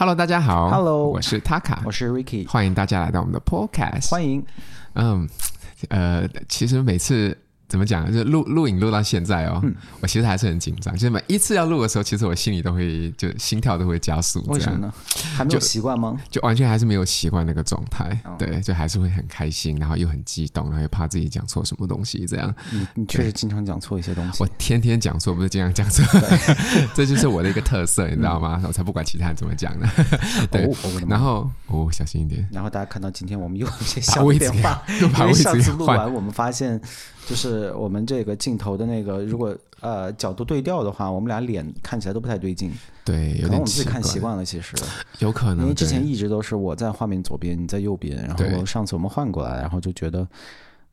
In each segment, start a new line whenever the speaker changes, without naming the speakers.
Hello，大家好
Hello
我是 Taka，
我是 Ricky，
欢迎大家来到我们的 Podcast。
欢迎。
嗯，呃，其实每次怎么讲，就是录录影录到现在哦，
嗯
我其实还是很紧张，就是每一次要录的时候，其实我心里都会就心跳都会加速，
为
这
什么
样
呢？还没有习惯吗？
就完全还是没有习惯那个状态，
哦
对，就还是会很开心，然后又很激动，然后又怕自己讲错什么东西，这样。
你你确实经常讲错一些东西
我。天天讲错，不是经常 讲错，这就是我的一个特色，你知道
嗯
吗？我才不管其他人怎么讲呢。对
哦我的妈
然后哦，小心一点。
然后大家看到今天我们又有 一些
把
小
位置
变
给
化，
又
因
把
为
位置
上
给
次录
换
完，我们发现就是我们这个镜头的那个，如果呃角度对调的话，我们俩脸看起来都不太对劲，
对，
可
有
能我
点
们自
奇
己看习
怪，
惯了，其实，
有可
因
能
为之
对
前一直都是我在画面左边，你在右边，然
对
后上次我们换过来，然后就觉得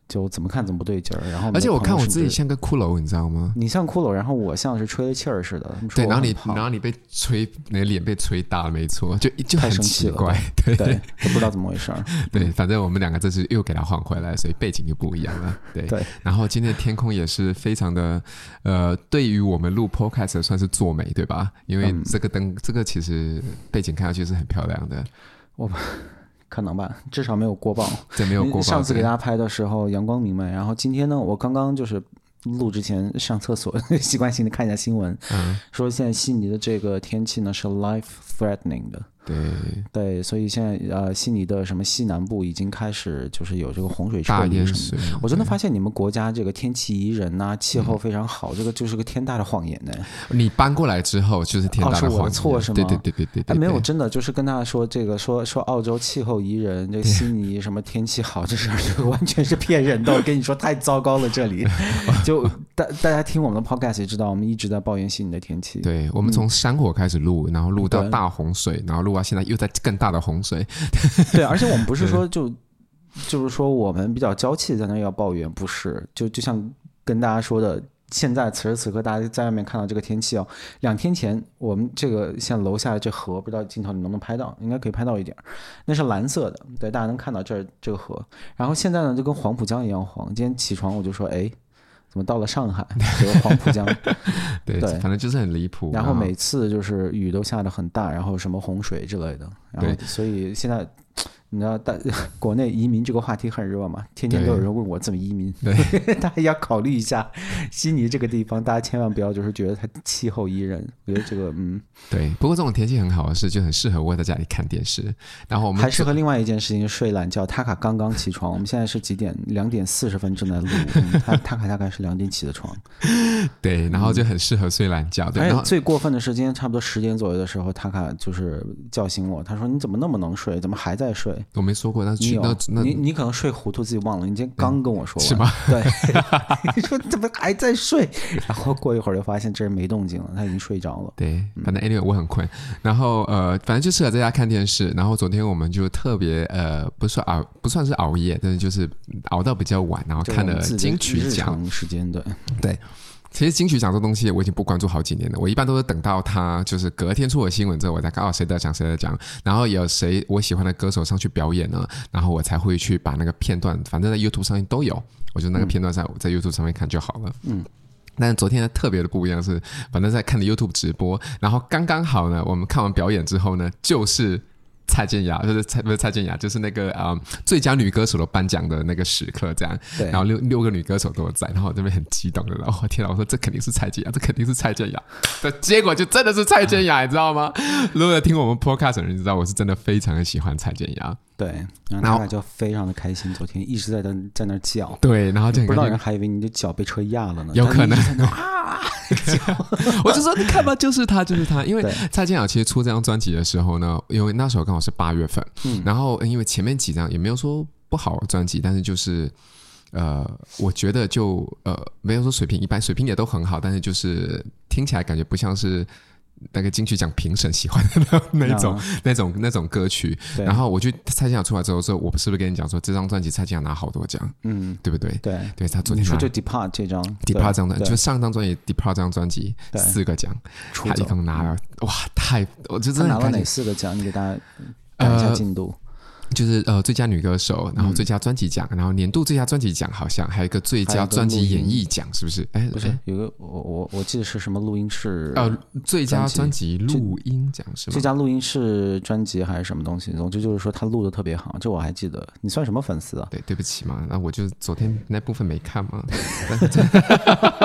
就怎么看怎么不对劲儿，然后们
而且
的
我
朋
看
友
我
甚
自己
至
像个骷髅，你知道吗？
你像骷髅，然后我像是吹了气儿似的，他们说
对，
我
然后
很
你，
胖
然后你被吹，你的脸被吹大了，没错，就就
太
很
生气
奇
了
怪，对
对，都不知道怎么回事儿。
对，反正我们两个这次又给它换回来，所以背景就不一样了，对。
对
然后今天的天空也是非常的，呃，对于我们录 podcast 算是做美，对吧？因为
嗯
这个灯，这个其实背景看上去是很漂亮的，
可能吧，至少没有锅爆。
这没有过
上次给大
他
家拍的时候阳光明媚，然后今天呢，我刚刚就是录之前上厕所， 习惯性的看一下新闻，
嗯，
说现在悉尼的这个天气呢是 life threatening 的，
对，
对，所以现在呃悉尼的什么西南部已经开始就是有这个洪水撤
大
离
淹
什么的。
水，
我真的发现你们国家这个天气宜人呐、气
嗯
候非常好，这个就是个天大的谎言呢、
你搬过来之后就是天
哦
大
是
的
我的
谎
错
言
是
对
吗
对对对对
哎，
对，
没有，
对
真的就是跟大家说这个，说说澳洲气候宜人，这悉尼什么天气好，这事儿就完全是骗人的。我跟你说，太糟糕了，这里就大大家听我们的 podcast 也知道，我们一直在抱怨悉尼的天气。
对，我们从山火开始录，然后录到
嗯对
大洪水，然后录到现在又在更大的洪 水。
对，而且我们不是说就就是说我们比较娇气，在那儿要抱怨，不是？就就像跟大家说的。现在此时此刻，大家在外面看到这个天气哦。两天前，我们这个像楼下的这河，不知道镜头你能不能拍到，应该可以拍到一点儿。那是蓝色的，对，大家能看到这儿这个河。然后现在呢，就跟黄浦江一样黄。今天起床我就说，哎，怎么到了上海？ 这个黄浦江。
对，
对
反正就是很离谱。
然后每次就是雨都下得很大，然后什么洪水之类的，然后所以现在你知道大国内移民这个话题很热嘛，天天都有
对
人问我怎么移民， 大家要考虑一下悉尼这个地方，大家千万不要就是觉得它气候宜人，我觉得这个嗯，
对，不过这种天气很好的是，就很适合窝在家里看电视。然后我们
还适合另外一件事情睡懒觉。塔卡刚刚起床，我们现在是几点？两点四十分正在录，嗯他塔卡大概是两点起的床，嗯
对，然后就很适合睡懒觉。 对，
而
然后
且最过分的是，今天差不多十点左右的时候，塔卡就是叫醒我，他说你怎么那么能睡，怎么还在睡？
我没说过，那
你
去
有
那那嗯
你你可能睡糊涂自己忘了，你今天刚跟我说完
是吗？
对， 你说怎么还在睡？然后过一会儿就发现这人没动静了，他已经睡着了。
对，反正 anyway 我很困，然后呃，反正就适合在家看电视。然后昨天我们就特别呃，不算熬，不算是熬夜，但是就是熬到比较晚，然后
这是
看
我们
了
自己的
金曲
日
奖。
常 时间对，
其实金曲奖这东西我已经不关注好几年了，我一般都是等到它就是隔天出了新闻之后，我才看哦谁得奖谁得奖，然后有谁我喜欢的歌手上去表演呢，然后我才会去把那个片段，反正在 YouTube 上面都有，我就那个片段在在 YouTube 上面看就好了。嗯。但是昨天特别的不一样是，反正在看的 YouTube 直播，然后刚刚好呢，我们看完表演之后呢，就是蔡健雅，就是蔡不是蔡健雅，就是那个啊、嗯最佳女歌手的颁奖的那个时刻，这样。
对
然后六六个女歌手都有在，然后我这边很激动的，然后我天哪，我说这肯定是蔡健雅，这肯定是蔡健雅， 这结果就真的是蔡健雅，你知道吗？如果有听我们 podcast 的人知道，我是真的非常的喜欢蔡健雅，
对，然后
然后
他俩就非常的开心，昨天一直在那在那儿叫，
对，然后就很
不知道
开
人
心，
还以为你的脚被车压了呢，
有可能
但你一直在那儿
我就说你看吧，就是她，就是她，因为
对
蔡健雅其实出这张专辑的时候呢，因为那时候刚好是八月份，
嗯
然后呃因为前面几张也没有说不好的专辑，但是就是。呃，我觉得就呃没有说水平一般，水平也都很好，但是就是呃听起来感觉不像是那个金曲奖评审喜欢的那那一 种、那种那种歌曲。
啊对
然后我去蔡健雅出来之后，说我是不是跟你讲说这张专辑蔡健雅拿好多奖，
嗯，
对不对？
对。
对他昨
你
天
说
拿
就 Depart 这张
Depart 这张专，
对
就是上张专辑 Depart 这张专辑
对
四个奖，
出
他一
走
共拿了哇太，我就
他
真的
拿
很
了
开
哪
心。
四个奖？你给大家赶一下
呃
进度。
就是呃最佳女歌手，
嗯
然后最佳专辑奖，然后年度最佳专辑奖好像还有一个最
还有
佳
一个
专
录
辑
音
演绎奖，是不是？哎，
不
哎
是有个我我我记得是什么录音室
呃，最佳专
专
辑录音奖是吗
最？佳录音室专辑还是什么东西，总之就是说他录的特别好，这我还记得。你算什么粉丝 啊？
对，对不起嘛，那我就昨天那部分没看嘛。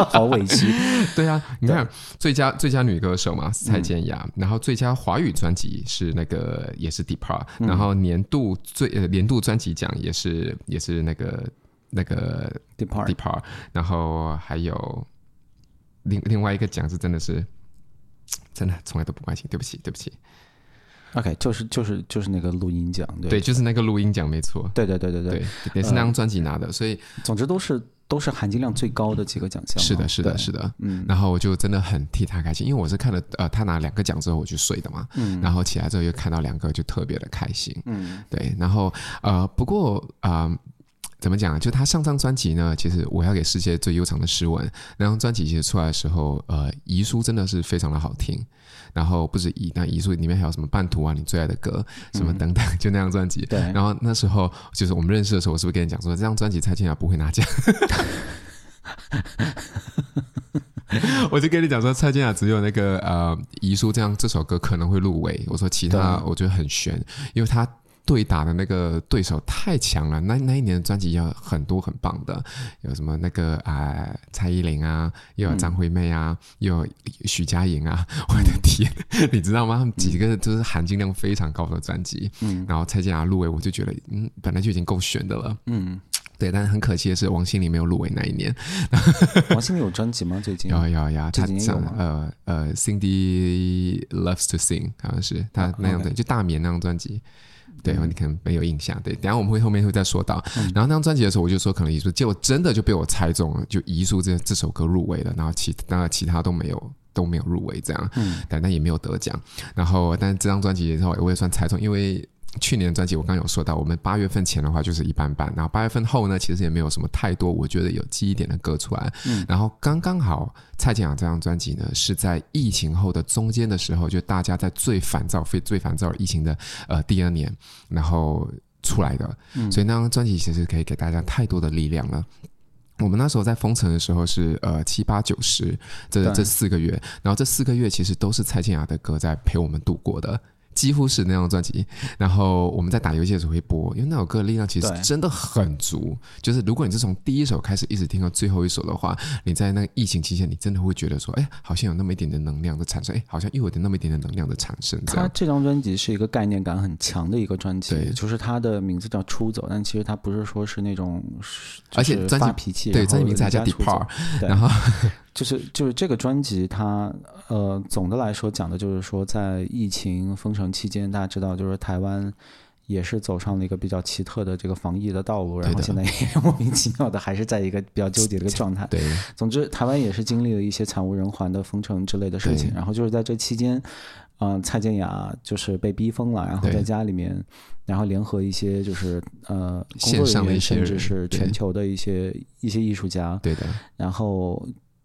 好 委屈。
对啊，你看最佳最佳女歌手
嗯
嘛，蔡健雅，然后最佳华语专辑是那个也是 Depart，、然
嗯
后年度最呃年度专辑奖也是也是那个那个
Depart
Depart，然后还有另另外一个奖是真的是真的从来都不关心，对不起对不起，
OK，就是就是就是那个录音奖，对
对，就是那个录音奖没错，
对对对对对
对，也是那张专辑拿的，所以
总之都是都是含金量最高的几个奖项嘛。
是的，是的，
对
是的，嗯，然后我就真的很替他开心，因为我是看了呃他拿两个奖之后我去睡的嘛，嗯，然后起来之后又看到两个就特别的开心，嗯，对，然后呃不过啊、呃怎么讲啊？就他上张专辑呢，其实我要给世界最悠长的诗文那张专辑，其实出来的时候，呃，遗书真的是非常的好听，然后不止遗，那遗书里面还有什么半途啊，你最爱的歌什么等等，就那张专辑，
对
然后那时候就是我们认识的时候，我是不是跟你讲说这张专辑蔡健雅不会拿奖？ 我就跟你讲说蔡健雅只有那个呃遗书这样这首歌可能会入围，我说其他我觉得很悬，因为他。对打的那个对手太强了，那那一年的专辑有很多很棒的，有什么那个啊、呃蔡依林啊，又有张惠妹啊，又有徐佳莹啊， 我的天，你知道吗？他们几个就是含金量非常高的专辑，然后蔡健雅入围，我就觉得，嗯，本来就已经够悬的了，嗯，对。但是很可惜的是，王心凌没有入围那一年。
王心凌有专辑吗？最近
有有有，
这
她
几年有
上
吗
呃呃，Cindy loves to sing，好像是
啊
她那张专辑，就大棉那张专辑。
嗯
对，你可能没有印象。对，等一下我们会后面会再说到。然后那张专辑的时候，我就说可能遗书，结果真的就被我猜中了，就遗书这这首歌入围了，然后其那其他都没有都没有入围这样，
嗯
但但也没有得奖。然后，但这张专辑之后我也算猜中，因为去年的专辑我刚刚有说到，我们八月份前的话就是一般般，然后八月份后呢，其实也没有什么太多我觉得有记忆点的歌出来。
嗯
然后刚刚好蔡健雅这张专辑呢，是在疫情后的中间的时候，就大家在最烦躁、非最烦躁疫情的呃第二年，然后出来的，
嗯
所以那张专辑其实可以给大家太多的力量了。我们那时候在封城的时候是呃七八九十这
对
这四个月，然后这四个月其实都是蔡健雅的歌在陪我们度过的，几乎是那张专辑。然后我们在打游戏的时候会播，因为那首歌的力量其实
对
真的很足。就是如果你是从第一首开始一直听到最后一首的话，你在那个疫情期间，你真的会觉得说，哎，好像有那么一点点能量的产生，哎，好像又有点那么一点点能量的产生，这
他
样。
这张专辑是一个概念感很强的一个专
对
辑，就是它的名字叫《出走》，但其实它不是说是那种，就是
而且专辑
发脾气，
对，
然后
专辑名字还叫
离家出走
Depart，
对
然后
就是就是这个专辑它，呃，总的来说讲的就是说，在疫情封城期间，大家知道，就是台湾也是走上了一个比较奇特的这个防疫的道路，然后
对的
现在也 莫名其妙的还是在一个比较纠结的一个状态。
对
总之，台湾也是经历了一些惨无人寰的封城之类的事情，
对
然后就是在这期间，嗯、蔡健雅就是被逼疯了，然后
对
在家里面，然后联合一些就是呃工
线
作
上
人
的一
员，
些
甚至
人
是
对
全球的一些一些艺术家，
对的，
然后。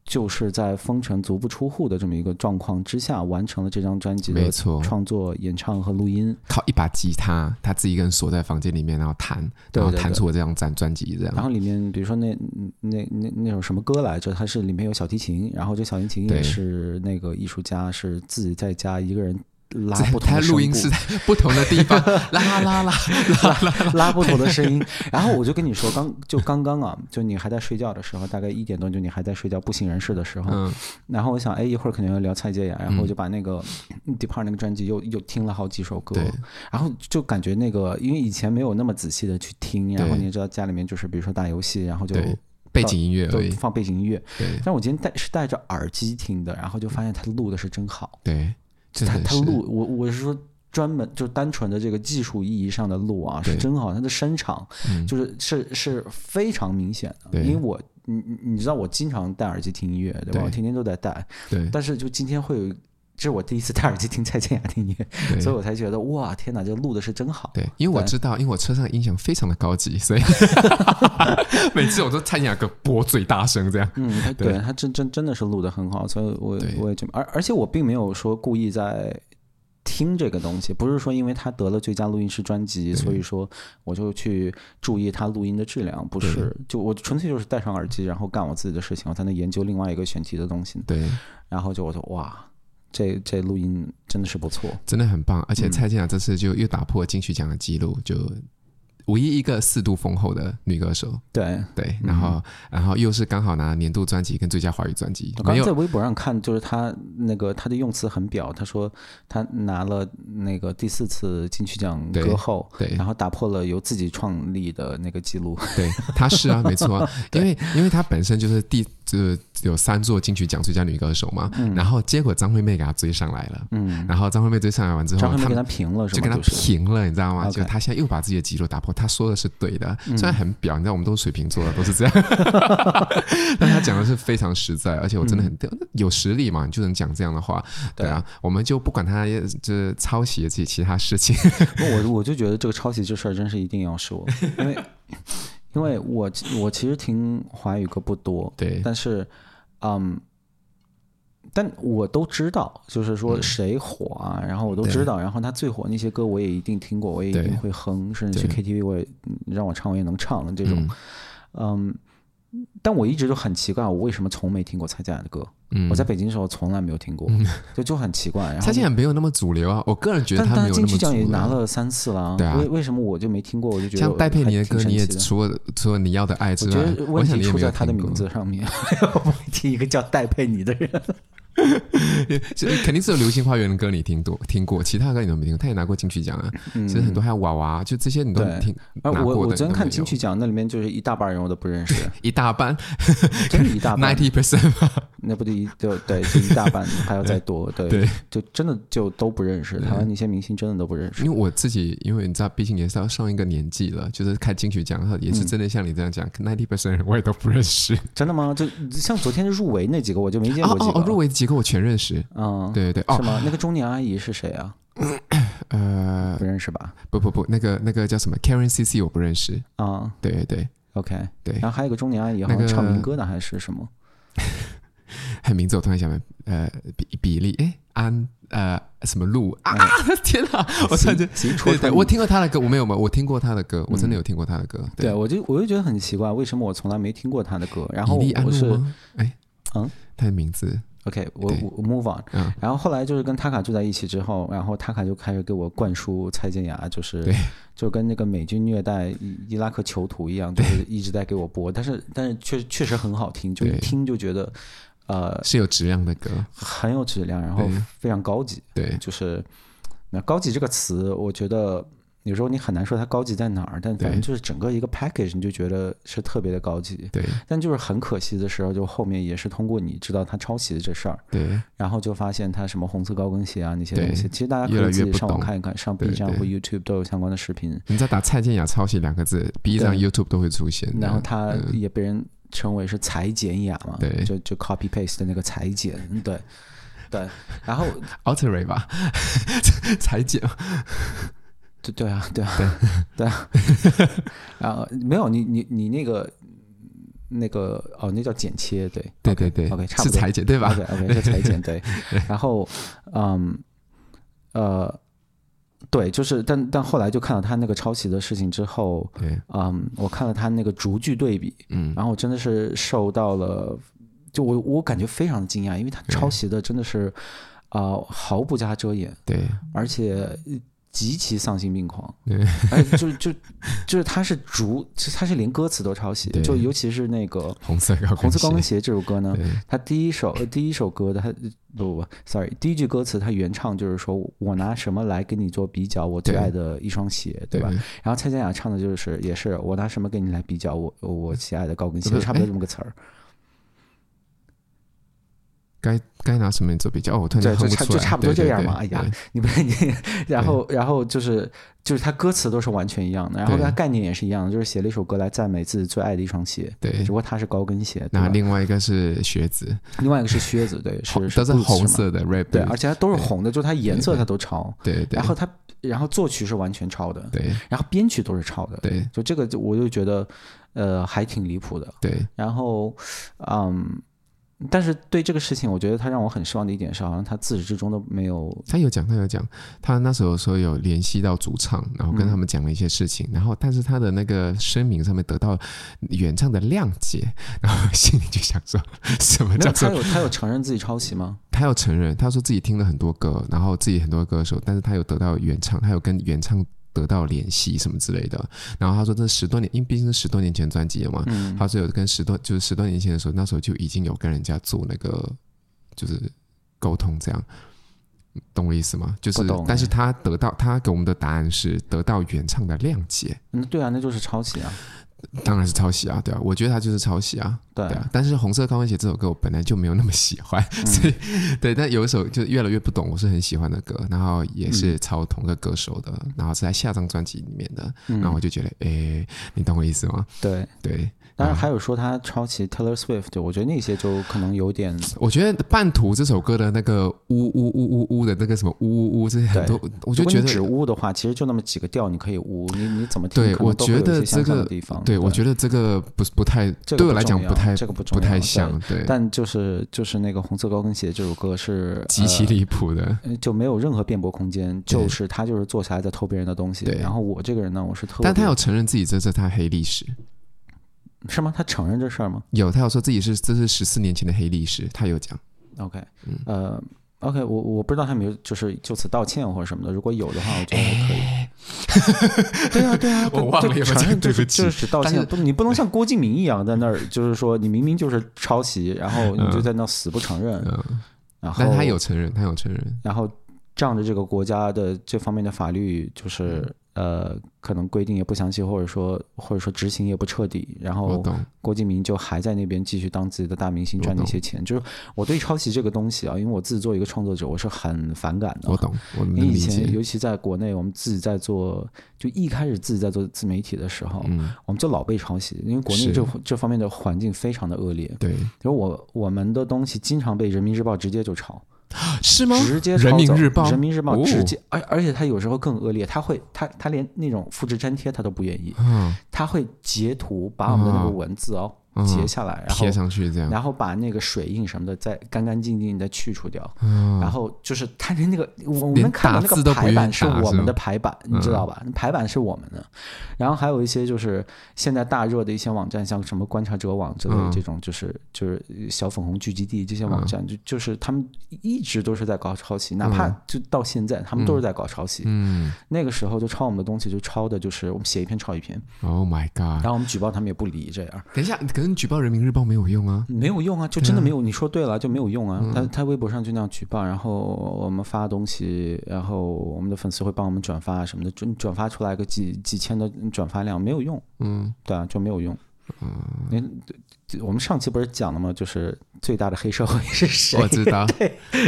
就是在封城足不出户的这么一个状况之下，完成了这张专辑
没
的
错，嗯
创作、演唱和录音。
靠一把吉他，他自己一个人锁在房间里面，然后弹，
对
然后
对
弹
对
出了这张专专辑，这样
然。后里面，比如说那那那那首什么歌来着？它是里面有小提琴，然后这小提琴
对
也是那个艺术家是自己在家一个人拉
在
不同
他
的声
录音
部
室在不同的地 方，啦啦啦啦，
拉不同的声音。然后我就跟你说，刚就刚刚啊，就你还在睡觉的时候，大概一点多，就你还在睡觉不省人事的时候，
嗯，
然后我想，哎，一会儿肯定要聊蔡健雅，然后我就把那个 Depart 那个专辑又又听了好几首歌
对，
然后就感觉那个，因为以前没有那么仔细的去听，然后
对
你也知道家里面就是比如说打游戏，然后就
对背景音乐
都
而已，
放背景音乐。
对
但我今天戴是戴着耳机听的，然后就发现他录的是真好，
对，真
他
的
他
是
录我我是说专门就单纯的这个技术意义上的录啊是
对
真好，他的声场
嗯
就是是是非常明显的，
对
因为我你你你知道我经常戴耳机听音乐对吧？
对
我天天都在戴，
对
但是就今天会有。这是我第一次戴耳机听蔡健雅的音乐，
对
所以我才觉得哇，天哪，这录的是真好。
对，因为我
对
知道，因为我车上的音响非常的高级，所以 每次我都蔡健雅歌播最大声这样。
嗯，他
对
对他真真真的是录的很好，所以我
对
我也就而而且我并没有说故意在听这个东西，不是说因为他得了最佳录音师专辑，所以说我就去注意他录音的质量，不是，就我纯粹就是戴上耳机，然后干我自己的事情，我在那研究另外一个选题的东西，
对，
然后就我说哇，这这录音真的是不错，
真的很棒。而
嗯
且蔡健雅这次就又打破金曲奖的记录，就唯一一个四度封后的女歌手。
对。
对，然后、然后又是刚好拿年度专辑跟最佳华语专辑
我，刚
没
刚
有
在微博上看，就是他那个他的用词很表，他说他拿了那个第四次金曲奖
对
歌后，
对
然后打破了由自己创立的那个记录。
对，她是 啊，没错啊，因为因为她本身就是第就是有三座金曲奖最佳女歌手嘛，
嗯
然后结果张惠妹给她追上来了，嗯，然后张惠妹追上来完之后，
张惠妹
他
给
们
他平了是
就
吗？
跟他
就是
平了，你知道吗？
OK 嗯
就他现在又把自己的记录打破，他说的是对的，虽然很表，你知道我们都是水瓶座的，都是 这样，但他讲的是非常实在，而且我真的很、
嗯
有实力嘛，你就能讲这样的话，对啊，我们就不管他就是抄袭自己其他事 情，
我我就觉得这个抄袭这事儿真是一定要说，因为因为我我其实听华语歌不多，
对
但是嗯，但我都知道，就是
嗯
说谁火啊，然后我都知道，然后他最火那些歌我也一定听过，我也一
对
定会哼，甚至去 KTV 我也嗯让我唱我也能唱这种，嗯。但我一直都很奇怪，我为什么从没听过蔡健雅的歌？
嗯
我在北京的时候从来没有听过，就就很 奇怪。然后
蔡健雅没有那么主流啊，我个人觉得
但
他没
但
有那么主
金曲奖也
流。
拿了三次了啊，
对啊
为为什么我就没听过？我就觉得
像戴佩妮
还
的
挺
歌，
神
你也
奇的
除了除了你要的爱之
我
外
觉，得
我
问
想
题
你也
出
没有
在他的
听过
名字上面， 我没听一个叫戴佩妮的人。
就肯定是有《流星花园》的歌你听多听过，其他歌你都没听过。他也拿过金曲奖啊，其实很多还有娃娃，就这些你都
嗯对
听拿
而哎我
过
我
的。
昨
你都
天
没
看
有
金曲奖，那里面就是一大半人我都不认识，
一大半
真的 一大半，
，ninety percent，
那不就一就对，就一大半还要再多，对
对，
就真的就都不认识，台湾那些明星真的都不认识
因为。我自己，因为你知道，毕竟也是要上一个年纪了，就是看金曲奖，然后也是
嗯
真的像你这样讲，ninety percent 我也都不认识。
真的吗？就像昨天入围那几个，我就没见
哦
过几
哦
个。
哦，入围几个我全认识，
嗯，
对对对，
是
哦
吗？那个中年阿姨是谁啊？
呃
不认识吧？
不不不，那个那个叫什么 Karen C C 我不认识，
啊
对对对，
，OK。
对
然后还有一个中年阿姨，好
那
像
个
唱民歌的还是什么？
他名字我突然想不起来，呃比比利哎安呃什么路啊，
嗯
天哪， 我突然间。
急戳
对对，
穿嗯
我听过他的歌，我没有吗？我听过他的歌，我真的有听过他的歌。
对，我就我就觉得很奇怪，为什么我从来没听过他的歌？然后
比利安
我是
路吗？哎，
嗯，
他的名字
OK，我
对
我我 move on
嗯。
然后后来就是跟塔卡住在一起之后，然后塔卡就开始给我灌输蔡健雅，就是
对
就跟那个美军虐待伊伊拉克囚徒一样，就是一直在给我播。但是但是确确实很好听，就一
对
听就觉得呃
是有质量的歌。
很有质量，然后
对
非常高级。
对，
就是那高级这个词，我觉得有时候你很难说它高级在哪儿，但反正
对
就是整个一个 package，你就觉得是特别的高级。
对
但就是很可惜的时候，就后面也是通过你知道他抄袭的这事儿，
对
然后就发现他什么红色高跟鞋啊那些东西，
对
其实大家
越
可
来
以
越
自己
不
上网
懂
看一看，上
对
B 站或
对
YouTube 都有相关的视频。
你再打蔡健雅抄袭两个字，B 站、
对
YouTube 都会出现。
然后他也被人称为是裁剪雅嘛，
对
就就 copy paste 的那个裁剪，对对。然后
Alterate 吧， 裁剪。
对对啊，对啊， 对啊。然后没有你你你那个那个哦，那叫剪切，对
对对对
OK，差
是
不多
裁剪对吧
OK OK，是裁剪对。然后嗯呃对，就是但但后来就看到他那个抄袭的事情之后，
对，
嗯，我看了他那个逐句对比，
嗯，
然后我真的是受到了，就我我感觉非常的惊讶，因为他抄袭的真的是啊、呃毫不加遮掩。
对
而且呃极其丧心病狂，
对
而且就就就是他是逐，他是连歌词都抄袭，
对
就尤其是那个《
红色高跟
啊红色高跟
鞋。
鞋》这首歌呢，
对
他第一首呃第一首歌的他不不不，sorry，第一句歌词他原唱就是说我拿什么来跟你做比较，我最
对
爱的一双鞋，对吧？然后蔡健雅唱的就是也是我拿什么跟你来比较，我我喜爱的高跟
不
鞋，
是
差不多
哎
这么个词儿，
该该拿什么做比较？哦，我突然
对，
间
就
哼不出
差就
来，
差不多
对
这
对
样
对
嘛。哎呀
对，
你不你， 然后然后就是就是他歌词都是完全一样的，然后
对
他概念也是一样的，就是写了一首歌来赞美自己最爱的一双鞋，
对
只不过它是高跟鞋，对
那
吧？
另外一个是靴子，
另外一个是靴子，对，
红
是
都是
boots
红
嘛，
色的 red，
对，
boot
而且它都是红的，就是它颜色它都抄，
嗯对对
然后它然后作曲是完全抄的，
对
然后编曲都是抄的，
对
就这个就我就觉得呃还挺离谱的，
对
然后，嗯，但是对这个事情，我觉得他让我很失望的一点是，好像他自始至终都 没有
他有讲，他有讲，他那时候说有联系到主唱，然后跟他们讲了一些事情，然后但是他的那个声明上面得到原唱的谅解，然后心里就想说，什么
没
叫
有
做
他有他有承认自己抄袭吗？
他要承认，他说自己听了很多歌，然后自己很多歌手，但是他有得到原唱，他有跟原唱得到联系什么之类的。然后他说这十多年，因为毕竟是十多年前的专辑了嘛，
嗯，
他说有跟十多就是十多年前的时候，那时候就已经有跟人家做那个就是沟通这样。懂我意思吗？就是
不懂，
但是
哎
他得到他给我们的答案是得到原唱的谅解，
嗯，对啊，那就是抄袭啊，
当然是抄袭啊，对啊，我觉得他就是抄袭啊，
对
对啊，但是《红色高跟鞋》这首歌我本来就没有那么喜欢，
嗯
所以对，但有一首就越来越不懂，我是很喜欢的歌，然后也是抄同个歌手的，然后是在下张专辑里面的，
嗯
然后我就觉得，诶，你懂我意思吗？
对。
对，
当然还有说他抄袭 Taylor Swift，我觉得那些就可能有点
我觉得《半途》这首歌的那个呜呜呜呜呜的那个什么呜呜呜，这些很多，我
我
就觉得
只污的话，其实就那么几个调，你可以污，你你怎么听，
对
可能都会有
我觉得
一些相像的
这个
地方，
对，我觉
得
得这个不是不太，
这个
对我
不
来
重
讲
要
不太
这个不重
不太
要
像，对
对，但就是就是那个红色高跟鞋这首歌是
极其
呃
离谱的，
呃就没有任何辩驳空间，
对
就是他就是坐下来在偷别人的东西。
对
然后我这个人呢，我是特别，
但他有承认自己这是他黑历史。
是吗？他承认这事儿吗
有，他有说自己是这是十四年前的黑历史，他有讲。
？OK，呃，OK，我我不知道他有没有就是就此道歉或者什么的，如果有的话，我觉得还可以。对啊，对啊，
哎我
就
忘了
就
有没有
承认
讲对
就是
不起
就是只道
但
歉，
是
不，你不能像郭敬明一样在那儿，就是说你明明就是抄袭，然后你就在那死不承认，
嗯，
然后
但他有承认，他有承认。
然后仗着这个国家的这方面的法律，就是
嗯
呃，可能规定也不详细，或者说或者说执行也不彻底，然
我
后
懂，
郭敬明就还在那边继续当自己的大明星
我
赚那
懂
些钱。就是我对抄袭这个东西啊，因为我自己作为一个创作者，我是很反感的。
我懂，我
因为
能
以
理
前，
解。
尤其在国内，我们自己在做，就一开始自己在做自媒体的时候，
嗯，
我们就老被抄袭，因为国内
是
这这方面的环境非常的恶劣。
对，
比如我我们的东西经常被人民日报直接就抄，
是吗？
直接抄
人民
走
日报，
啊人民日报
哦
直接，而、而且他有时候更恶劣，他会他他连那种复制粘贴他都不愿意，
嗯，
他会截图把我们的那个文字哦、
啊嗯
截下来，然后
贴上去这样。
然后把那个水印什么的再干干净净的去除掉。
嗯
然后就是他的那个，我
连
们看到那
打字
个
都不
排
愿
版
意
是
打嗯
我
是吗
们的排版，你知道吧？排版是我们的。然后还有一些就是现在大热的一些网站，像什么观察者网之类
嗯
的这种，就是就是小粉红聚集地这些网站，就就是他们一直都是在搞抄袭，哪怕就到现在，他们都是在搞抄袭。
嗯
那个时候就抄我们的东西，就抄的就是我们写一篇抄一篇，
，Oh my
然
god！
后我们举报他们也不理这样。
等一下，可能举报人民日报没有用啊。
没有用啊，就真的没
嗯
有。你说对了，就没有用啊。他他微博上就那样举报，然后我们发东西，然后我们的粉丝会帮我们转发什么的，转转发出来个几几千的转发量，没有用，
嗯，
对啊，就没有用。嗯，我们上期不是讲了吗？就是最大的黑社会是谁
我？知 道。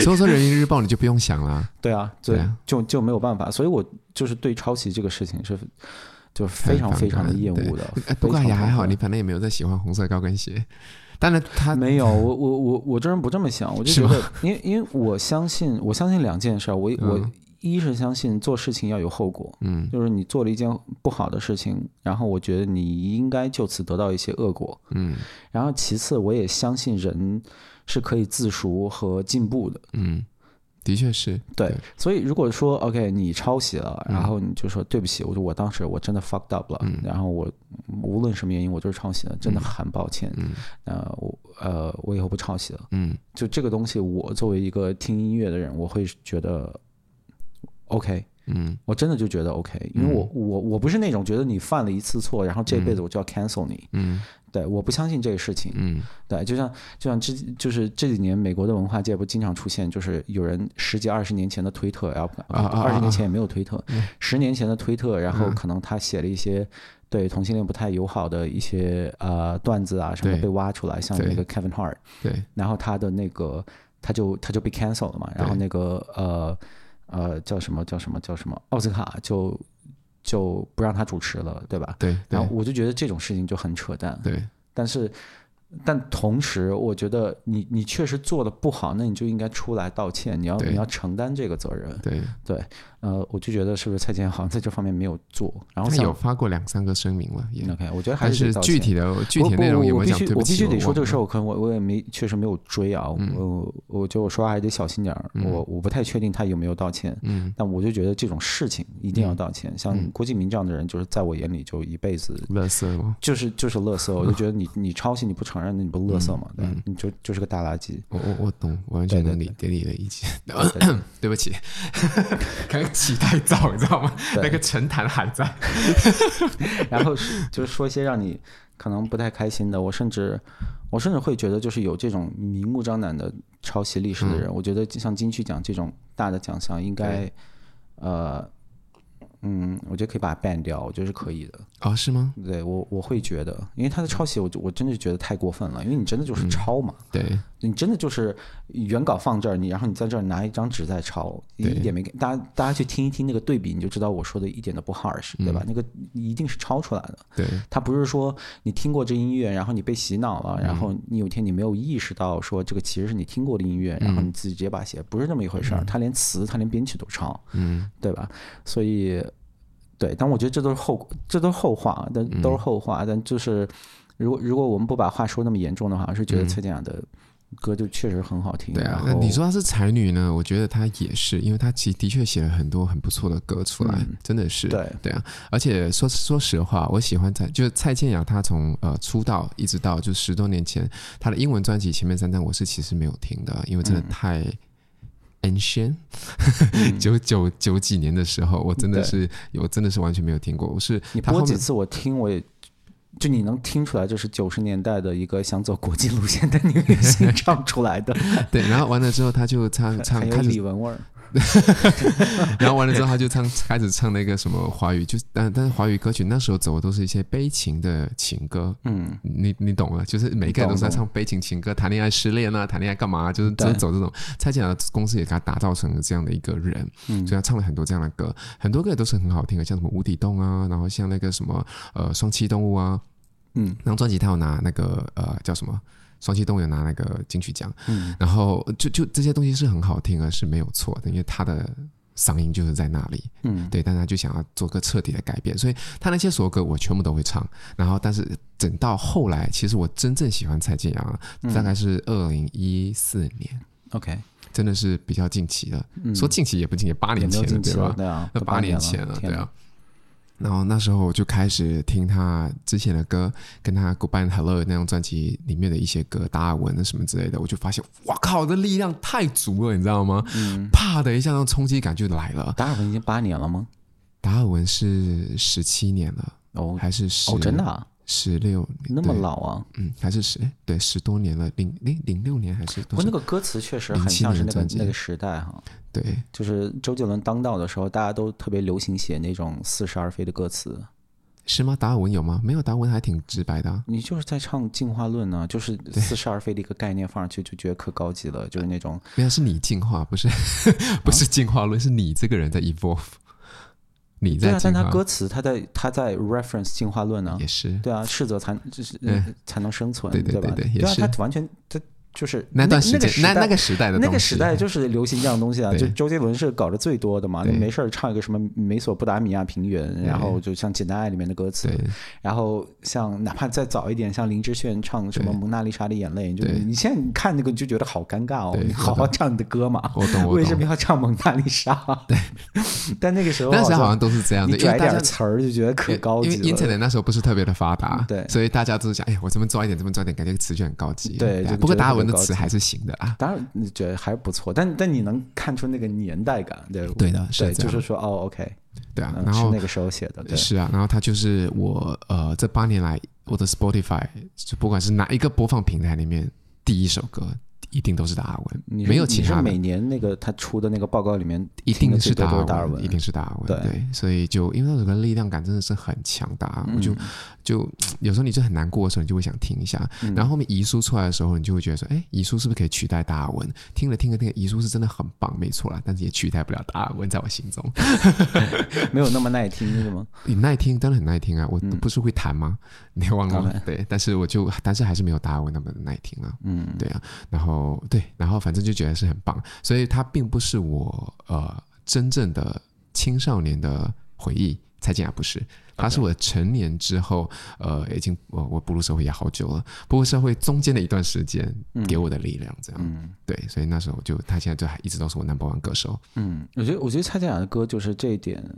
所以说人民日报你就不用想啦，
对啊，就
对啊
就就没有办法。所以我就是对抄袭这个事情是就是非常非常的厌恶的
哎。不过
非常
也还
痛
好，
恨
你反正也没有在喜欢红色高跟鞋。当然，他
没 有，我我我我这人不这么想，我就是觉
吗
得，因为因为我相信，我相信两件事儿，我我
嗯
一是相信做事情要有后果，
嗯
就是你做了一件不好的事情，然后我觉得你应该就此得到一些恶果，
嗯
然后其次我也相信人是可以自赎和进步的，
嗯，的确是
对
对，嗯
所以如果说 OK 你抄袭了，然后你就说对不起，我我当时我真的 fucked up 了，然后我无论什么原因我就是抄袭了，
嗯
真的很抱歉，呃我呃我以后不抄袭了。
嗯。
就这个东西，我作为一个听音乐的人，我会觉得 OK，
嗯
我真的就觉得 OK，因为我、我我不是那种觉得你犯了一次错，然后这辈子我就要 cancel 你，
嗯
对，我不相信这个事情，
嗯
对，就像就像之就是这几年美国的文化界不经常出现，就是有人十几二十年前的推特，然后
啊啊啊嗯
二十年前也没有推特，十年前的推特，然后可能他写了一些。对同性恋不太友好的一些呃段子啊什么
对
被挖出来，像
对
那个 Kevin Hart，
对，
然后他的那个他就他就被 cancel 了嘛，然后那个呃呃叫什么叫什么叫什么奥斯卡就就不让他主持了，对吧？
对
然后
对
我就觉得这种事情就很扯淡，
对，
但是但同时我觉得你你确实做的不好，那你就应该出来道歉，你要
对
你要承担这个责任，
对，
对，呃，我就觉得是不是蔡健好像在这方面没有做，然后
他
想
有发过两三个声明了，也
OK，我觉得还
但是
是得道
具
歉
体的具体内容有
我
没有
我必
讲？
须
对不
我必
起，
须得说这个事儿，
儿，
我可能我我也没确实没有追啊，
嗯
我我觉得我说话还得小心点儿，我我不太确定他有没有道歉，
嗯，
但我就觉得这种事情一定要道歉。像郭敬明这样的人，就是在我眼里就一辈子
乐色吗？
就是就是乐色，我就觉得你你抄袭你不承认，那你不乐
嗯
色吗？对吧，你就就是个大 垃圾。
我我我懂，我完全
对
能理解你的意见。对不起，可能起太早，你知道吗？那个陈坛还在。
然后是就是说一些让你可能不太开心的。我甚至我甚至会觉得，就是有这种明目张胆的抄袭历史的人，我觉得就像金曲奖这种大的奖项，应该呃嗯，我觉得可以把它 ban 掉，我觉得是可以的。
哦，是吗？
对我我会觉得，因为他的抄袭，我就我真的觉得太过分了，因为你真的就是抄嘛。
对，
你真的就是原稿放这儿，你然后你在这儿拿一张纸在抄，一
对
点没给大家大家去听一听那个对比，你就知道我说的一点都不 harsh，对吧？那个一定是抄出来的，
对，
它不是说你听过这音乐，然后你被洗脑
嗯
了，然后你有一天你没有意识到说这个其实是你听过的音乐，然后你自己直接把它写，不是那么一回事儿。他连词，他连编曲都抄，
嗯，
对吧？所以，对，但我觉得这都是后，这都是后话，但
嗯
都是后话，但就是如果如果我们不把话说那么严重的话，我是觉得蔡健雅的歌就确实很好听。
对啊
然。
那
后
你说她是才女呢？我觉得她也是，因为她其实的确写了很多很不错的歌出来，真的是。
对
嗯对啊，而且说说实话，我喜欢蔡，就是蔡健雅，她从呃出道一直到就十多年前，她的英文专辑前面三张我是其实没有听的，因为真的
嗯
太 ancient，九 九九几年的时候，我真的是有真的是完全没有听过，我是
你
她
播
后
几
面
次我听我也。就你能听出来，这是九十年代的一个想走国际路线的女明星唱出来的，
对，然后完了之后她就 唱唱
很有
开始
李玟味儿。
然后完了之后，他就唱开始唱那个什么华语，就是但但是华语歌曲那时候走的都是一些悲情的情歌，嗯，你你懂了，就是每个人都是在唱悲情情歌，谈恋爱失恋啊，谈恋爱干嘛，就是就是走这种。蔡健雅的公司也给他打造成了这样的一个人，嗯，所以他唱了很多这样的歌，很多歌也都是很好听的，像什么无底洞啊，然后像那个什么呃双栖动物啊，
嗯，
那张专辑他有拿那个呃叫什么？双栖动物有拿那个金曲奖，嗯，然后就就这些东西是很好听啊，是没有错的，因为他的嗓音就是在那里，嗯，对，但他就想要做个彻底的改变，所以他那些所有歌我全部都会唱，然后但是等到后来，其实我真正喜欢蔡健雅啊，
嗯
大概是二零一四年，
OK，
真的是比较近期了，说近期也不近期，八
也
年
没嗯有
前了，
近
对
期
吧
了，？对啊，
那
都
八年
年
前了，
天
对
哪
啊。然后那时候我就开始听他之前的歌，跟他《Goodbye and Hello》那张专辑里面的一些歌，达尔文啊什么之类的，我就发现，哇靠，这力量太足了，你知道吗？
嗯
啪的一下，那种冲击感就来了。
达尔文已经八年了吗？
达尔文是十七年了，
哦
还是十
哦，真的啊，
十六
那么，老啊！
对嗯，还是十对十多年了，零零零六年还是
不
多
过
少
那？个歌词确实
07
很像是
年
那个
专辑
那个时代哈，
对，
就是周杰伦当道的时候，大家都特别流行写那种似是而非的歌词。
是吗？达尔文有吗？没有，达尔文还挺直白的啊、
你就是在唱进化论呢、就是似是而非的一个概念放上去，就觉得可高级了，就是那种
没有，是你进化，不是 不是进化论，是你这个人在 evolve，你
对
在
啊。
进
但
化。
他歌词，他在他在 reference 进化论呢、
也是
对啊，适者才就是、
嗯
才能生存，
对对
对吧？
对对也
啊，
是
他完全他就是
那段时间，那
那个时代
那个时代的
那个
东
时
西
代就是流行这样东西啊，
对
就周杰伦是搞得最多的嘛，那
对
没事儿唱一个什么美索不达米亚平原，然后就像《简单爱》里面的歌词
对，
然后像哪怕再早一点，像林志炫唱什么《蒙娜丽莎的眼泪》，就
对
你现在看那个就觉得好尴尬哦，
对
你好好唱你的歌嘛，
我懂我
为什么
懂。
要唱《蒙娜丽莎》？对， 但那个时候
那时候好
好
像都是这样
你
的，因
拽
为大
点
家
词儿就觉得可高
因
级
为
了，
internet 那时候不是特别的发达，
对
所以大家都是想，哎，我这边抓一点，这边抓一点，感觉词句很高级。
对
啊
就
不过
觉得
达尔文的
很高
词
级
还是行的啊。
当然，你觉得还不错，但但你能看出那个年代感，对
对的是
对，
这
就
样
是说哦，OK，
对啊，
嗯，
然
是
后
那个时候写的，对，
是啊，然后他就是我呃这八年来我的 Spotify 就不管是哪一个播放平台里面，第一首歌一定都是达尔
你
文，
是
没有
你
其
是
他的
每。年那个他出的那个报告里面，
一定是
达
达
达
尔
文，
一定是达尔文，
对
对，所以就因为那首歌力量感真的是很强大，
嗯
我就就有时候你就很难过的时候，你就会想听一下，
嗯
然后后面遗书出来的时候，你就会觉得说，哎，遗书是不是可以取代达尔文？听了听了听了，遗书是真的很棒，没错啦，但是也取代不了达尔文在我心中。
没有那么耐听，是吗？
你耐听，当然很耐听啊！我
嗯
不是会弹吗？ 你也忘了吗
OK
对，但是我就，但是还是没有达尔文那么耐听啊。嗯，对啊。然后对，然后反正就觉得是很棒，所以它并不是我呃真正的青少年的回忆。蔡健雅不是，她是我成年之后，呃，已经我我步入社会也好久了，步入社会中间的一段时间给我的力量，这样、
嗯
对，所以那时候就她现在就还一直都是我 number one 歌手，
嗯，我觉得我觉得蔡健雅的歌就是这一点，嗯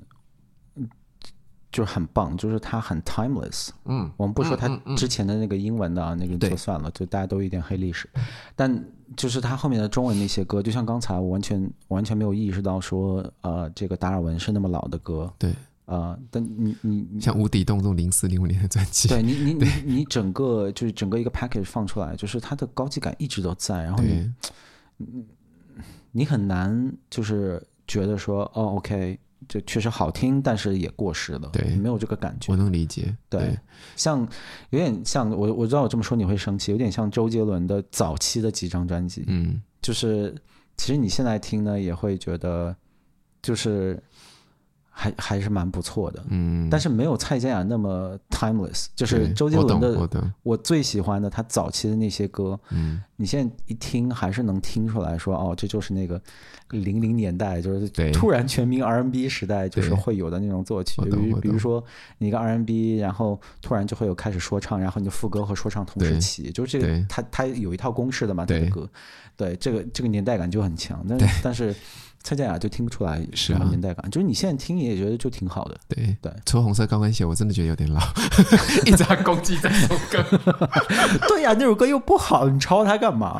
就是很棒，就是它很 timeless。
嗯，
我们不说它
嗯嗯嗯
之前的那个英文的啊，那个
对
就算了，就大家都有一点黑历史。但就是它后面的中文那些歌，就像刚才我完全完全没有意识到说，呃，这个达尔文是那么老的歌，
对，
呃，但你你你
像无底洞这种零四零五年的专辑，
嗯对你你你你整个就是整个一个 package 放出来，就是它的高级感一直都在，然后你
对
你很难就是觉得说，哦，OK，这确实好听，但是也过时了，
对
没有这个感觉
我。能理解，
对，像有点像我我知道我这么说你会生气，有点像周杰伦的早期的几张专辑，
嗯，
就是其实你现在听呢也会觉得就是还还是蛮不错的，
嗯，
但是没有蔡健雅那么 timeless，就是
对
周杰伦
我懂，我
的
懂，
我最喜欢的他早期的那些歌，
嗯，
你现在一听还是能听出来说，哦，这就是那个零零年代，就是
对
突然全民 R&B 时代，就是
对
会有的那种作曲。
我
比
懂
如
我
比如
懂
说你一个 R&B，然后突然就会有开始说唱，然后你的副歌和说唱同时
对
起，就是这个
对
它它有一套公式的嘛，它的
对
歌，对这个这个年代感就很强，但是但是蔡健雅就听不出来
是
什么
啊
年代感，就是你现在听也觉得就挺好的。
对
对
除红色高跟鞋，我真的觉得有点老，一直在攻击这首歌。
对呀、那首歌又不好，你抄它干嘛？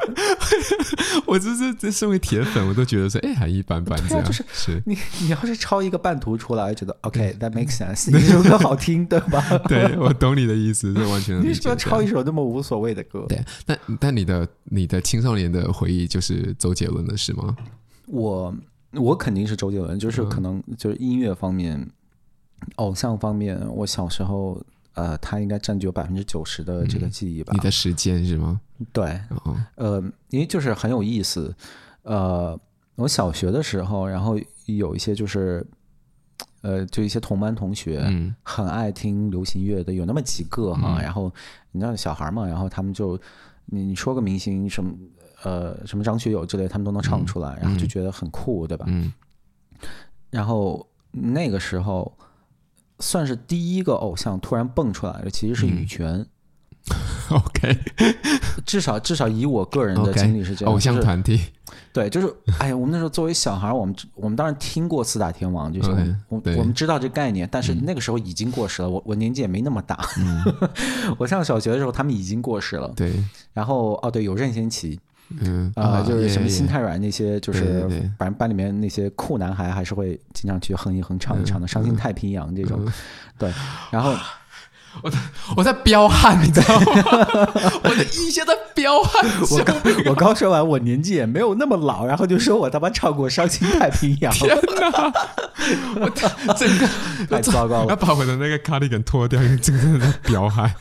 我就是这身为铁粉，我都觉得说，哎，还一般般这
对啊
样，
就是
是
你你要是抄一个半途出来，觉得 OK that makes sense，你这首歌好听，对吧？
嗯对我懂你的意思，这完全能
你
理
为
解
什么要
这
抄
样
一首那么无所谓的歌？
对，但但你的你的青少年的回忆就是周杰伦的是吗？
我我肯定是周杰伦，就是可能
嗯
就是音乐方面、偶像方面，我小时候呃，他应该占据我百分之九十的这个记忆吧
嗯你。的时间是吗？
对，
哦，
呃，因为就是很有意思。呃，我小学的时候，然后有一些就是呃，就一些同班同学，
嗯，
很爱听流行乐的，有那么几个哈。
嗯
然后你知道小孩儿嘛，然后他们就你你说个明星什么呃什么张学友之类，他们都能唱出来，然后就觉得很酷，对吧？
嗯
然后那个时候算是第一个偶像突然蹦出来的，其实
嗯
是羽泉。
，OK，
至少至少以我个人的
OK，
经历是这样
偶像
就是
团体，
对，就是哎呀，我们那时候作为小孩儿，我们我们当然听过四大天王这些，我们
OK，
我
对嗯
我们知道这概念，但是那个时候已经过时了。我我年纪也没那么大， 我上小学的时候他们已经过时了。
对，
然后哦，对，有任贤齐
嗯，
啊，就是什么
耶
心太软那些，就
对对
是
对
反正班里面那些酷男孩还是会经常去哼一哼、
嗯
唱一唱的，《伤心太平洋》这种。 对，然后
我在彪悍，你知道吗？ 我的音箱在彪悍，
我刚我刚说完，我年纪也没有那么老，然后就说我他妈唱过《伤心太平洋》，
整个
太糟糕了
要。把我的那个 cardigan 脱掉，因为真的在彪 悍。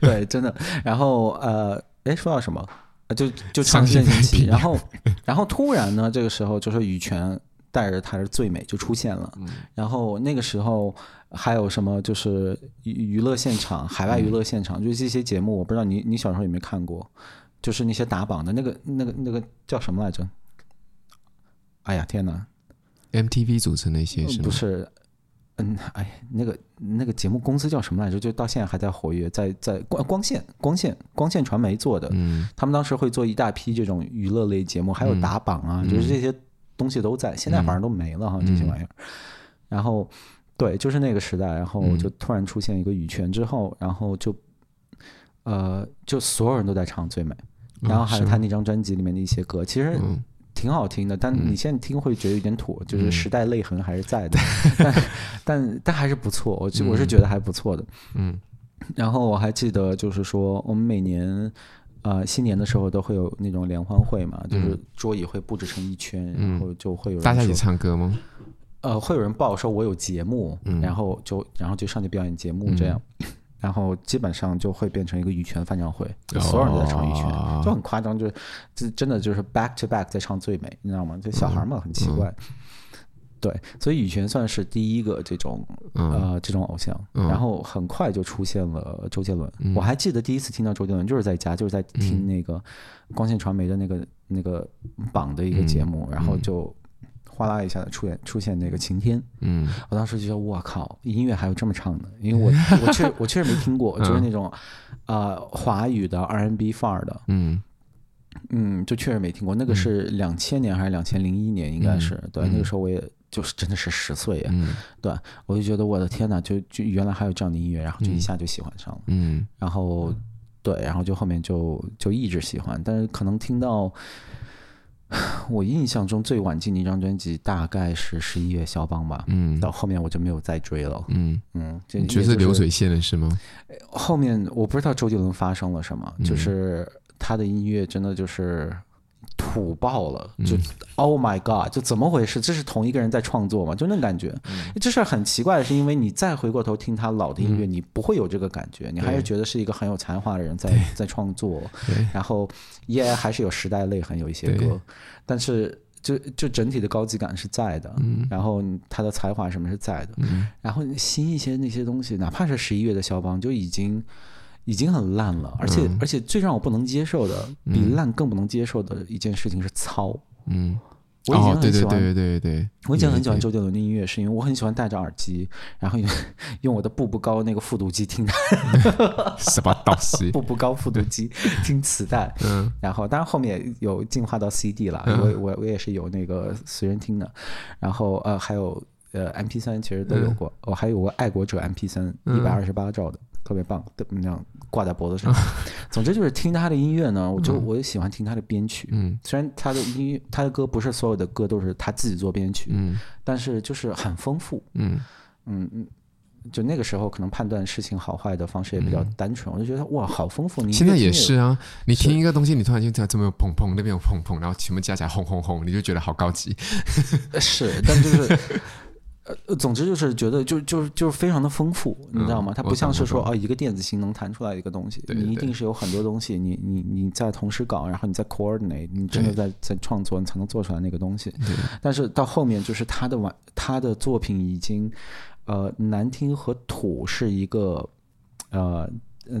对，真的。然后呃，哎，说到什么？呃就就唱
伤心
任贤
太
齐，
平
然后然后突然呢，这个时候就是羽泉带着他的最美就出现了。
嗯
然后那个时候还有什么就是娱娱乐现场、海外娱乐现
嗯
场，就是这些节目，我不知道你你小时候有没有看过，就是那些打榜的那个那个那个叫什么来着？哎呀天哪，
MTV 组成那些
呃
是
不
吗？
是，嗯，哎，那个那个节目公司叫什么来着？就到现在还在活跃，在在光光线光线光线传媒做的，
嗯，
他们当时会做一大批这种娱乐类节目，还有打榜啊，就是这些东西都在，现在反正都没了哈，这些玩意儿。然后，对，就是那个时代，然后就突然出现一个羽泉之后，然后就，呃，就所有人都在唱《最美》，然后还有
嗯哦是吗
他那张专辑里面的一些歌，其实
嗯
挺好听的，但你现在听会觉得有点土，就是时代泪痕还是 在的，但但但还是不错，我就我是觉得还不错的。
嗯，
然后我还记得，就是说我们每年。呃，新年的时候都会有那种联欢会嘛，就是桌椅会布置成一圈，然后就会有人
嗯大家一起
说
唱歌吗？
呃，会有人报说我有节目，
嗯
然后就然后就上去表演节目这样， 然后基本上就会变成一个羽泉翻唱会，就所有人都在唱羽泉，
哦
就很夸张，就是这真的就是 back to back 在唱最美，你知道吗？这小孩嘛很
嗯
奇怪，对，所以羽泉算是第一个这种
嗯
呃这种偶像，
嗯
然后很快就出现了周杰伦。我还记得第一次听到周杰伦就是在家，就是在
嗯嗯
听那个光线传媒的那个那个榜的一个节目，然后就哗啦一下的出现出现那个晴天，
嗯
我当时就觉得我靠，音乐还有这么唱的，因为我 我确我确实没听过，
嗯
就是那种呃华语的 R&B 范儿的，
嗯
嗯，就确实没听过。那个是两千年还是两千零一年？应该是、对，那个时候我也就是真的是十岁呀，
嗯
对我就觉得我的天呐，就就原来还有这样的音乐，然后就一下就喜欢上了，
嗯
然后对，然后就后面就就一直喜欢，但是可能听到。我印象中最晚进的一张专辑大概是十一月肖邦吧，
嗯
到后面我就没有再追了。
嗯，
嗯，这
你
也
觉得
就是
流。水线了是吗？
后面我不知道周杰伦发生了什么，
嗯
就是他的音乐真的就是土爆了，
嗯
就、Oh my God，就怎么回事？这是同一个人在创作吗？就那感觉，
嗯
这事儿很奇怪的是，因为你再回过头听他老的音乐，你不会有这个感觉，你还是觉得是一个很有才华的人在在创作
对，
然后也还是有时代泪痕，有一些歌，但是。就就整体的高级感是在的，
嗯
然后他的才华什么是在的，然后新一些那些东西，哪怕是十一月的肖邦，就已经已经很烂了，而且、
嗯
而且最让我不能接受的，比烂更不能接受的一件事情是糙。
嗯，
我已经
哦，对对
很喜欢，
对对对对，
我已经很喜欢周杰伦的音乐，是因为我很喜欢戴着耳机，然后用 用我的步步高那个复读机听他
嗯什么东 西？
步步高复读机听磁带，
嗯
然后当然后面也有进化到 CD 了，我我我也是有那个随身听的，然后呃还有呃 MP 三其实都有过，我、还有个爱国者 MP 三一百二十八兆的。特别棒，都那样挂在脖子上。总之就是听他的音乐呢，我就我也喜欢听他的编曲。
嗯
虽然他的音乐、他的歌不是所有的歌都是他自己做编曲，
嗯
但是就是很丰富。
嗯
嗯嗯，就那个时候可能判断事情好坏的方式也比较单纯，我就觉得哇，好丰富。你
嗯现在
越听
也
越
是啊，你听一个东西，你突然就在这边有砰砰，那边有砰砰，然后全部加起来轰轰轰，你就觉得好高级。
是，但就是。 呃，总之就是觉得就就就是非常的丰富，你知道吗？
嗯
它
我
不像
懂
是
我
说
懂
哦，一个电子琴能弹出来一个东西，
对对
你一
对
定是有很多东西，你你你在同时搞，然后你在 coordinate，你真的在在创作，你才能做出来那个东西。但是到后面就是他的完，他的作品已经，呃，难听和土是一个，呃。呃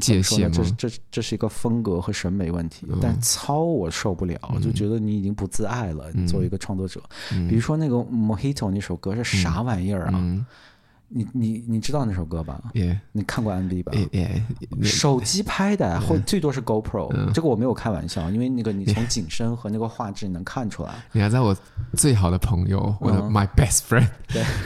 怎
界
么说
限
呢这
吗嗯
是这是这是一个风格和审美问题，但糙我受不了，就觉得你已经不自爱了。你
嗯
作为一个创作者，比如说那个《Mojito》那首歌是啥玩意儿啊？
嗯，
你你你知道那首歌吧？
也
你看过 MV 吧？
也也
手机拍
嗯
的，或最多是 GoPro，、这个我没有开玩笑，因为那个你从景深和那个画质你能看出 来。
你还知道我最好的朋友，我的
嗯
my best friend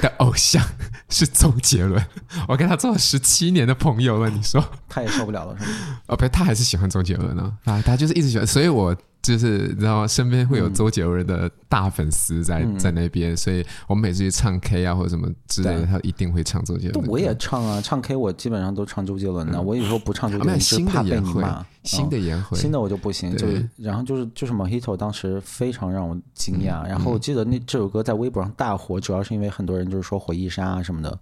的偶像是周杰伦，我跟他做了十七年的朋友了。你说，
他也受不了了，是吗？
哦，不，他还是喜欢周杰伦啊，啊，他就是一直喜欢，所以我就是你知道吗？身边
嗯
会有周杰伦的大粉丝在、在那边，所以我们每次去唱 K 啊或者什么之类的，
对
他一定会唱周杰
不
伦。
我也唱啊，唱 K 我基本上都唱周杰伦的，我有时候不唱周
啊
杰
没有
伦是
新
怕
的
被
也
你
会
骂。，
新的也会，
哦新的我就不行，就
对
是然后就是就是 Mojito 当时非常让我惊讶，
嗯
然后我记得那这首歌在微博上大火，主要是因为很多人就是说回忆杀啊什么的，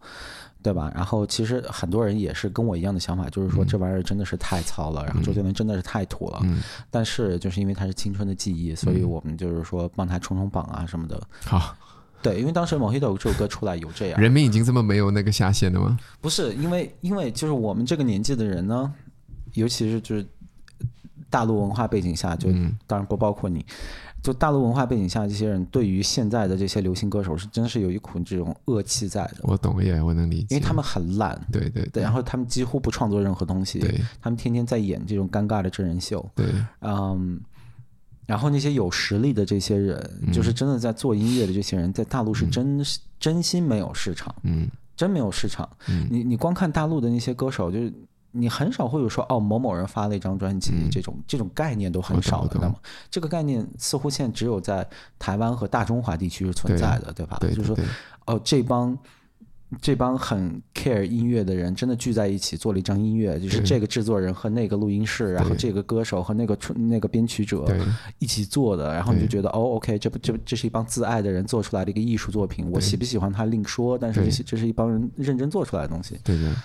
对吧？然后其实很多人也是跟我一样的想法，就是
嗯
说这玩意儿真的是太糙了，然后周杰伦真的是太土了。但是就是因为它是青春的记忆，所以
嗯
我们就是说帮他冲冲榜啊什么的。
好，
对，因为当时 Mojito 这首歌出来有这样，
人民已经这么没有那个下限了吗？
不是因为，因为就是我们这个年纪的人呢，尤其是就是大陆文化背景下，就
嗯
当然不包括你，就大陆文化背景下，这些人对于现在的这些流行歌手是真是有一股这种恶气在的，
我懂耶，我能理
因
解。
为他们很烂，
对对
对，然后他们几乎不创作任何东西，
对
他们天天在演这种尴尬的真人秀，
对，
嗯。然后那些有实力的这些人，就是真的在做音乐的这些人，在大陆是真是真心没有市场。
嗯
真没有市场。你你光看大陆的那些歌手，就是你很少会有说哦某某人发了一张专辑、这种这种概念都很少
我
了
懂我懂
那么这个概念似乎现在只有在台湾和大中华地区是存在的，对吧？
对
就
对
是说
对，
哦这帮。这帮很 care 音乐的人，真的聚在一起做了一张音乐，就是
对
这个制作人和那个录音室，然后
对
这个歌手和那个创那个编曲者
对
一起做的，然后你就
对
觉得哦，OK，这不这这是一帮自爱的人做出来的一个艺术作品，我喜不喜欢他另说，但是
对
这是这是一帮人认真做出来的东西。
对的，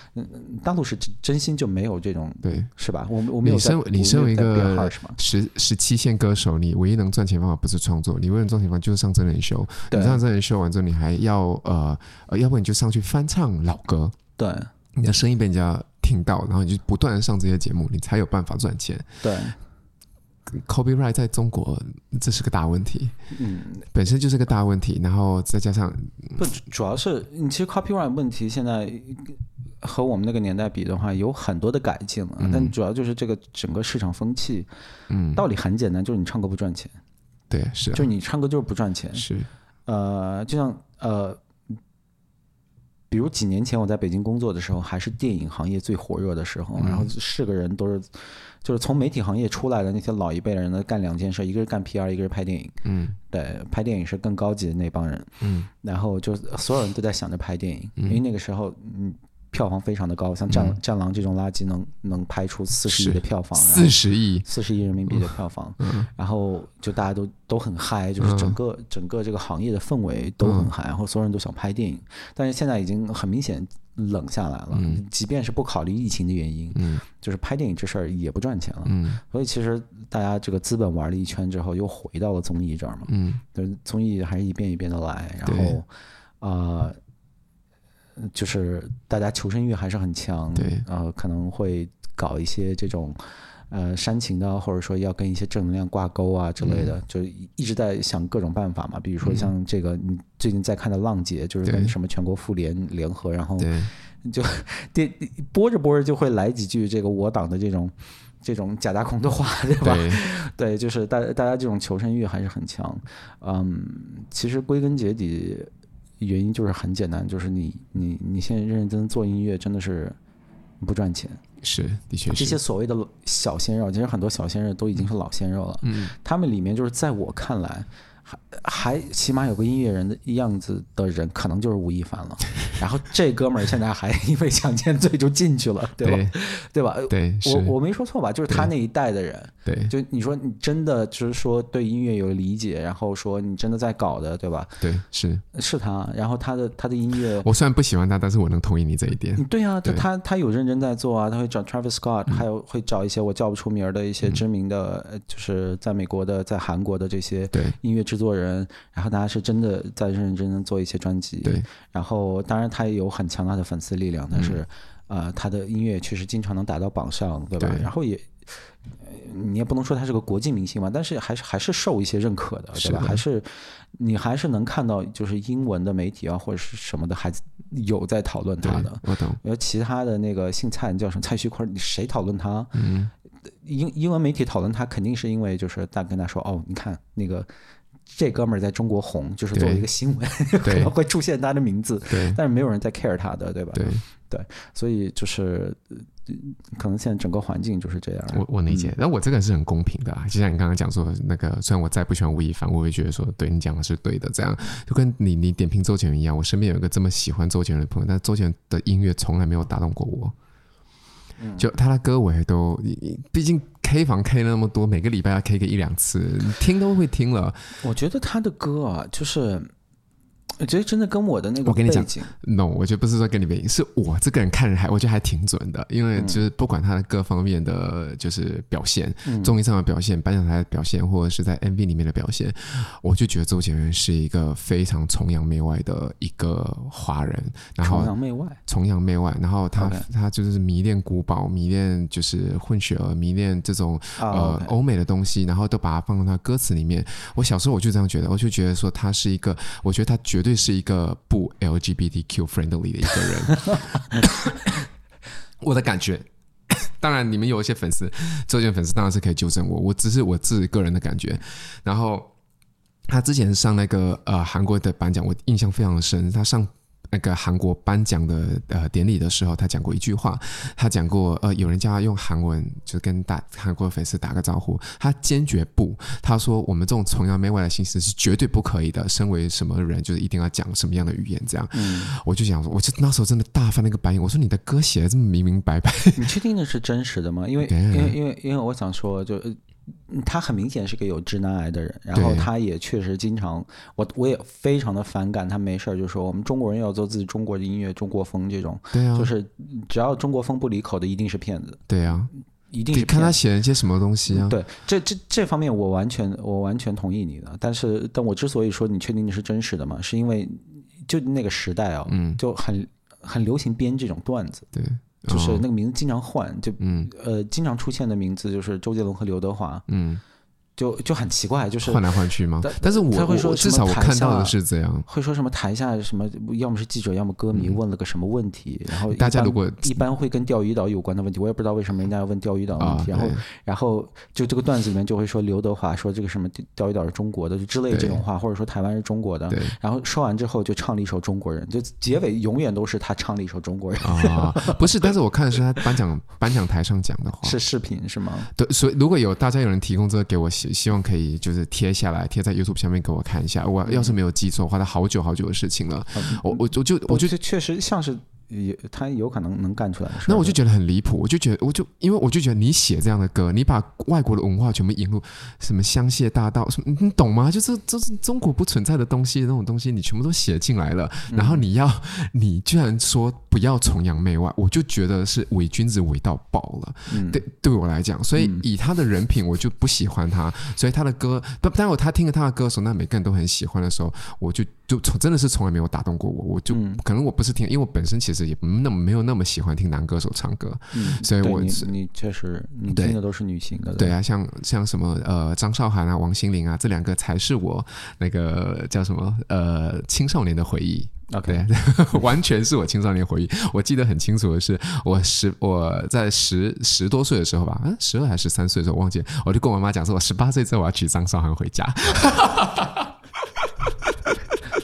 大陆是真真心就没有这种，
对。
是吧？我们我没有
你
在
身为你身为一
我没有在变
个
harsh 嘛
十十七线歌手，你唯一能赚钱方法不是创作，你唯一能赚钱方法就是上真人秀。
对
你上真人秀完之后，你还要呃呃，要不然你就上去翻唱老歌，
对
你的声音被人家听到，然后你就不断的上这些节目，你才有办法赚钱。
对
copyright 在中国这是个大问题，
嗯，
本身就是个大问题，然后再加上
不，主要是你其实 copyright 问题现在和我们那个年代比的话，有很多的改进了，但主要就是这个整个市场风气，
嗯，
道理很简单，就是你唱歌不赚钱，
对是啊
就是你唱歌就是不赚钱，
是
呃，就像呃，比如几年前我在北京工作的时候，还是电影行业最火热的时候，然
嗯
后是个人都是，就是从媒体行业出来的那些老一辈人呢，干两件事，一个是干 PR，一个是拍电影。
嗯
对，拍电影是更高级的那帮人，
嗯
然后就所有人都在想着拍电影，因为那个时候嗯。票房非常的高，像《战战狼》这种垃圾能能拍出四十亿
嗯是
的票房，然后
四十亿，嗯
四十亿人民币的票房，然后就大家都都很嗨，就是整个、整个这个行业的氛围都很
嗯
嗨，然后所有人都想拍电影，但是现在已经很明显冷下来了，即便是不考虑疫情的原因，
嗯
就是拍电影这事儿也不赚钱了，
嗯
所以其实大家这个资本玩了一圈之后，又回到了综艺这儿嘛，
嗯
就是综艺还是一遍一遍的来，然
对
后呃，就是大家求生欲还是很强，
对，
呃，可能会搞一些这种呃煽情的，或者说要跟一些正能量挂钩啊之类的，
嗯
就一一直在想各种办法嘛，比如说像这个你最近在看的《浪姐》，就是
对
跟什么全国妇联联合，然后
对
电播着播着就会来几句这个我党的这种。这种假大空的话，对吧？
对
对，就是大大家这种求生欲还是很强。嗯，其实归根结底，原因就是很简单，就是你你你现在认认真真做音乐真的是不赚钱。
是的确
这些
是，
所谓的小鲜肉，其实很多小鲜肉都已经是老鲜肉了。
嗯
他们里面就是在我看来，还还起码有个音乐人的样子的人，可能就是吴亦凡 了。然后这哥们儿现在还因为强奸罪就进去了，对吧？
对
对吧？呃
对是
我，我没说错吧？就是他那一代的人，
对
就你说你真的就是说对音乐有理解，然后说你真的在搞的，对吧？
对是。
是他，然后他的他的音乐，
我虽然不喜欢他，但是我能同意你这一点。
对呀、啊，
对嗯
他他有认真在做啊，他会找 Travis Scott，、还有会找一些我叫不出名儿的一些知名的，呃就是在美国的、在韩国的这些
对
音乐制作人，然后大家是真的在认认真真做一些专辑，
对，
然后当然他也有很强大的粉丝力量，但
嗯
是、呃，他的音乐确实经常能打到榜上，对吧？
对
然后也。呃你也不能说他是个国际明星嘛，但是还是还是受一些认可的，
是
对吧？
的
还是你还是能看到，就是英文的媒体啊或者是什么的，还有在讨论
对
他的。，
我懂。
然后其他的那个姓蔡，你叫什么蔡徐坤，你谁讨论他？
嗯，
英英文媒体讨论他，肯定是因为就是大跟他说，哦，你看那个这哥们儿在中国红，就是作为
对
一个新闻 可
对
能会出现他的名字，
对
但是没有人在 care 他的，对吧？
对，
所以就是呃可能现在整个环境就是这样。
我我理解。但我这个人是很公平的啊，就像你刚刚讲说那个，虽然我再不喜欢吴亦凡，我也觉得说对你讲的是对的。这样就跟你你点评周杰伦一样，我身边有一个这么喜欢周杰伦的朋友，但周杰伦的音乐从来没有打动过我。就他的歌我也都，毕竟 K 房 K 了那么多，每个礼拜要 K 个一两次，你听都会听了。
我觉得他的歌啊，就是我觉得真的跟我的那个
我跟你
背
讲
景，
No，我觉得不是说跟你们，是我这个人看人还我觉得还挺准的，因为就是
嗯
不管他的各方面的就是表现，综艺上的表现、颁奖台的表现，或者是在 MV 里面的表现，我就觉得周杰伦是一个非常崇洋媚外的一个华人，然
崇
后
洋媚外。
崇洋媚外，然后他
OK
他就是迷恋古堡，迷恋就是混血儿，迷恋这种
啊
呃，欧美的东西，然后都把它放到他歌词里面。我小时候我就这样觉得，我就觉得说他是一个，我觉得他绝对是一个不 LGBTQ friendly 的一个人，我的感觉。当然，你们有一些粉丝，周杰伦粉丝当然是可以纠正我，我只是我自己个人的感觉。然后他之前上那个呃韩国的颁奖，我印象非常深。他上那个韩国颁奖的呃典礼的时候，他讲过一句话，他讲过呃有人叫他用韩文就跟大韩国粉丝打个招呼，他坚决不，他说我们这种崇洋媚外的形式是绝对不可以的。身为什么人，就是一定要讲什么样的语言这样。
嗯
我就想说，我就那时候真的大翻了一个白眼，我说你的歌写的这么明明白 白，
你确定那是真实的吗？因为
对
因为因为因为我想说，就呃他很明显是个有直男癌的人，然后
对
他也确实经常，我我也非常的反感他没事儿就说我们中国人要做自己中国的音乐、中国风这种，
对啊，
就是只要中国风不离口的，一定是骗子，
对啊，
一定
你
是
看
骗
他
子。
写了一些什么东西啊？
对，这这这方面我完全我完全同意你的，但是但我之所以说你确定那是真实的嘛，是因为就那个时代啊，
嗯
就很很流行编这种段子，
对，
就是
哦
那个名字经常换，就
嗯
呃，经常出现的名字就是周杰伦和刘德华，
嗯
就就很奇怪，就是
换来换去吗
但？
但是
他
我
会说
我
什
至
么
少我
台啊
看到
下
的是这样。
会说什么台下什么，要么是记者，要么歌迷问了个什么问题，然后一
嗯大家
般
如果
一般会跟钓鱼岛有关的问题，我也不知道为什么人家要问钓鱼岛的问
啊，
题，
对
然后然后就这个段子里面就会说刘德华说这个什么钓鱼岛是中国的就之类
对
这种话，或者说台湾是中国的
对，
然后说完之后就唱了一首中国人，就结尾永远都是他唱了一首中国人，
啊，不是，但是我看的是他颁奖颁奖台上讲的话。
是视频是吗？
对，所以如果有大家有人提供这个给我，希希望可以就是贴下来，贴在 YouTube 下面给我看一下。
嗯
我要是没有记错的话，它好久好久的事情了。我我我就我就
这确实像是也他有可能能干出来的事儿，
那我就觉得很离谱，我就觉得，我就因为我就觉得你写这样的歌，你把外国的文化全部引入，什么香榭大道，什么你懂吗？就是这是中国不存在的东西，那种东西你全部都写进来了，
嗯
然后你要你居然说不要崇洋媚外，我就觉得是伪君子伪到爆了。
嗯
对，对我来讲，所以以他的人品，我就不喜欢他，所以他的歌，但但我他听了他的歌的时候，那每个人都很喜欢的时候，我就就从真的是从来没有打动过我，我就、
嗯
可能我不是听，因为我本身其实也不那么没有那么喜欢听男歌手唱歌，
嗯，
所以
对
我
你
是
你确实你
对
听的都是女性的，
对啊，像像什么呃张韶涵啊、王心凌啊，这两个才是我那个叫什么呃青少年的回忆。
，OK，
对， 完全是我青少年回忆。我记得很清楚的是，我十我在十十多岁的时候吧，啊，十二还是三岁的时候，我忘记了，我就跟我妈讲说，我十八岁之后我要娶张韶涵回家。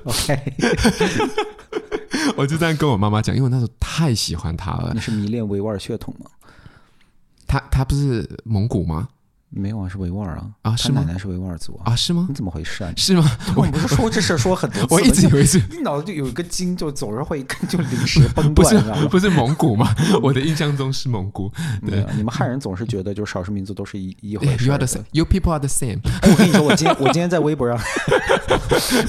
OK，
我就这样跟我妈妈讲，因为我那时候太喜欢她了
你。是迷恋维吾尔血统吗？
她她不是蒙古吗？
没有啊，是维吾尔啊，
啊
他
是吗
奶奶是维吾尔族啊，
啊，是吗
你？怎么回事 啊？
是吗？
我们不是说过这事儿说很多次
我
了，
一直以为是
你脑子就有一根筋，就总是会就临时崩
不是
断，你知道吗？
不是蒙古吗？ 我的印象中是蒙古。
没有，你们汉人总是觉得就是少数民族都是一一 回
You
事
are
儿
the
的。
same. You people are the same.
哎，我跟你说，我今天我今天在微博上，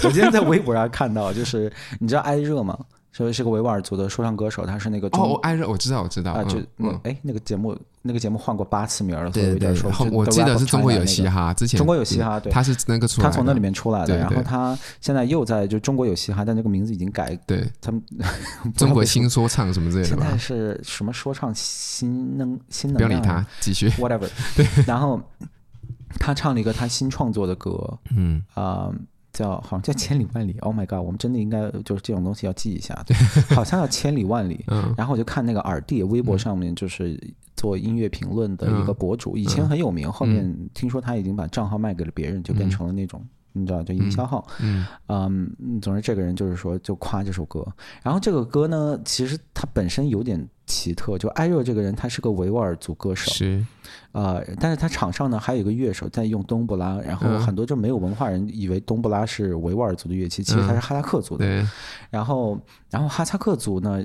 我今天在微博上看到，就是你知道艾热吗？说是个维吾尔族的说唱歌手，他是那个中
哦，我艾热，我知道，我知道。
啊，就
嗯
那
嗯
哎那个节目那个节目换过八次名儿了，所以
对
有
对
点说
对，后
就
我
The
记
Rap
得是
of
中国
China
有
那
嘻
个
哈，之前
中国有嘻哈对
他是那个出来
他
的，
从那里面出来的，
对
然后
对
他现在又在就中国有嘻哈，但这个名字已经改，
对
他们 不知道
中国
为什么
新说唱什么之类的
现在
吧。
是什么说唱新能新
不要
能
理
量
他
啊，
继 续。
，whatever，然 后他唱了一个他新创作的歌，
嗯，
啊、叫好像叫千里万里，Oh my god！我们真的应该就是这种东西要记 一下，好像叫千里万里。
嗯
然后我就看那个耳弟微博上面就是做音乐评论的
嗯
一个博主，以前很有名，后面听说他已经把账号卖给了别人，就变成了那种。你知道，就营销号，
嗯
嗯总之这个人就是说，就夸这首歌。然后这个歌呢，其实它本身有点奇特，就艾热这个人，他是个维吾尔族歌手，
是
呃，但是他场上呢还有一个乐手在用冬不拉，然后
嗯
很多就没有文化人以为冬不拉是维吾尔族的乐器，其实它是哈萨克族的。
嗯对，
然后，然后哈萨克族呢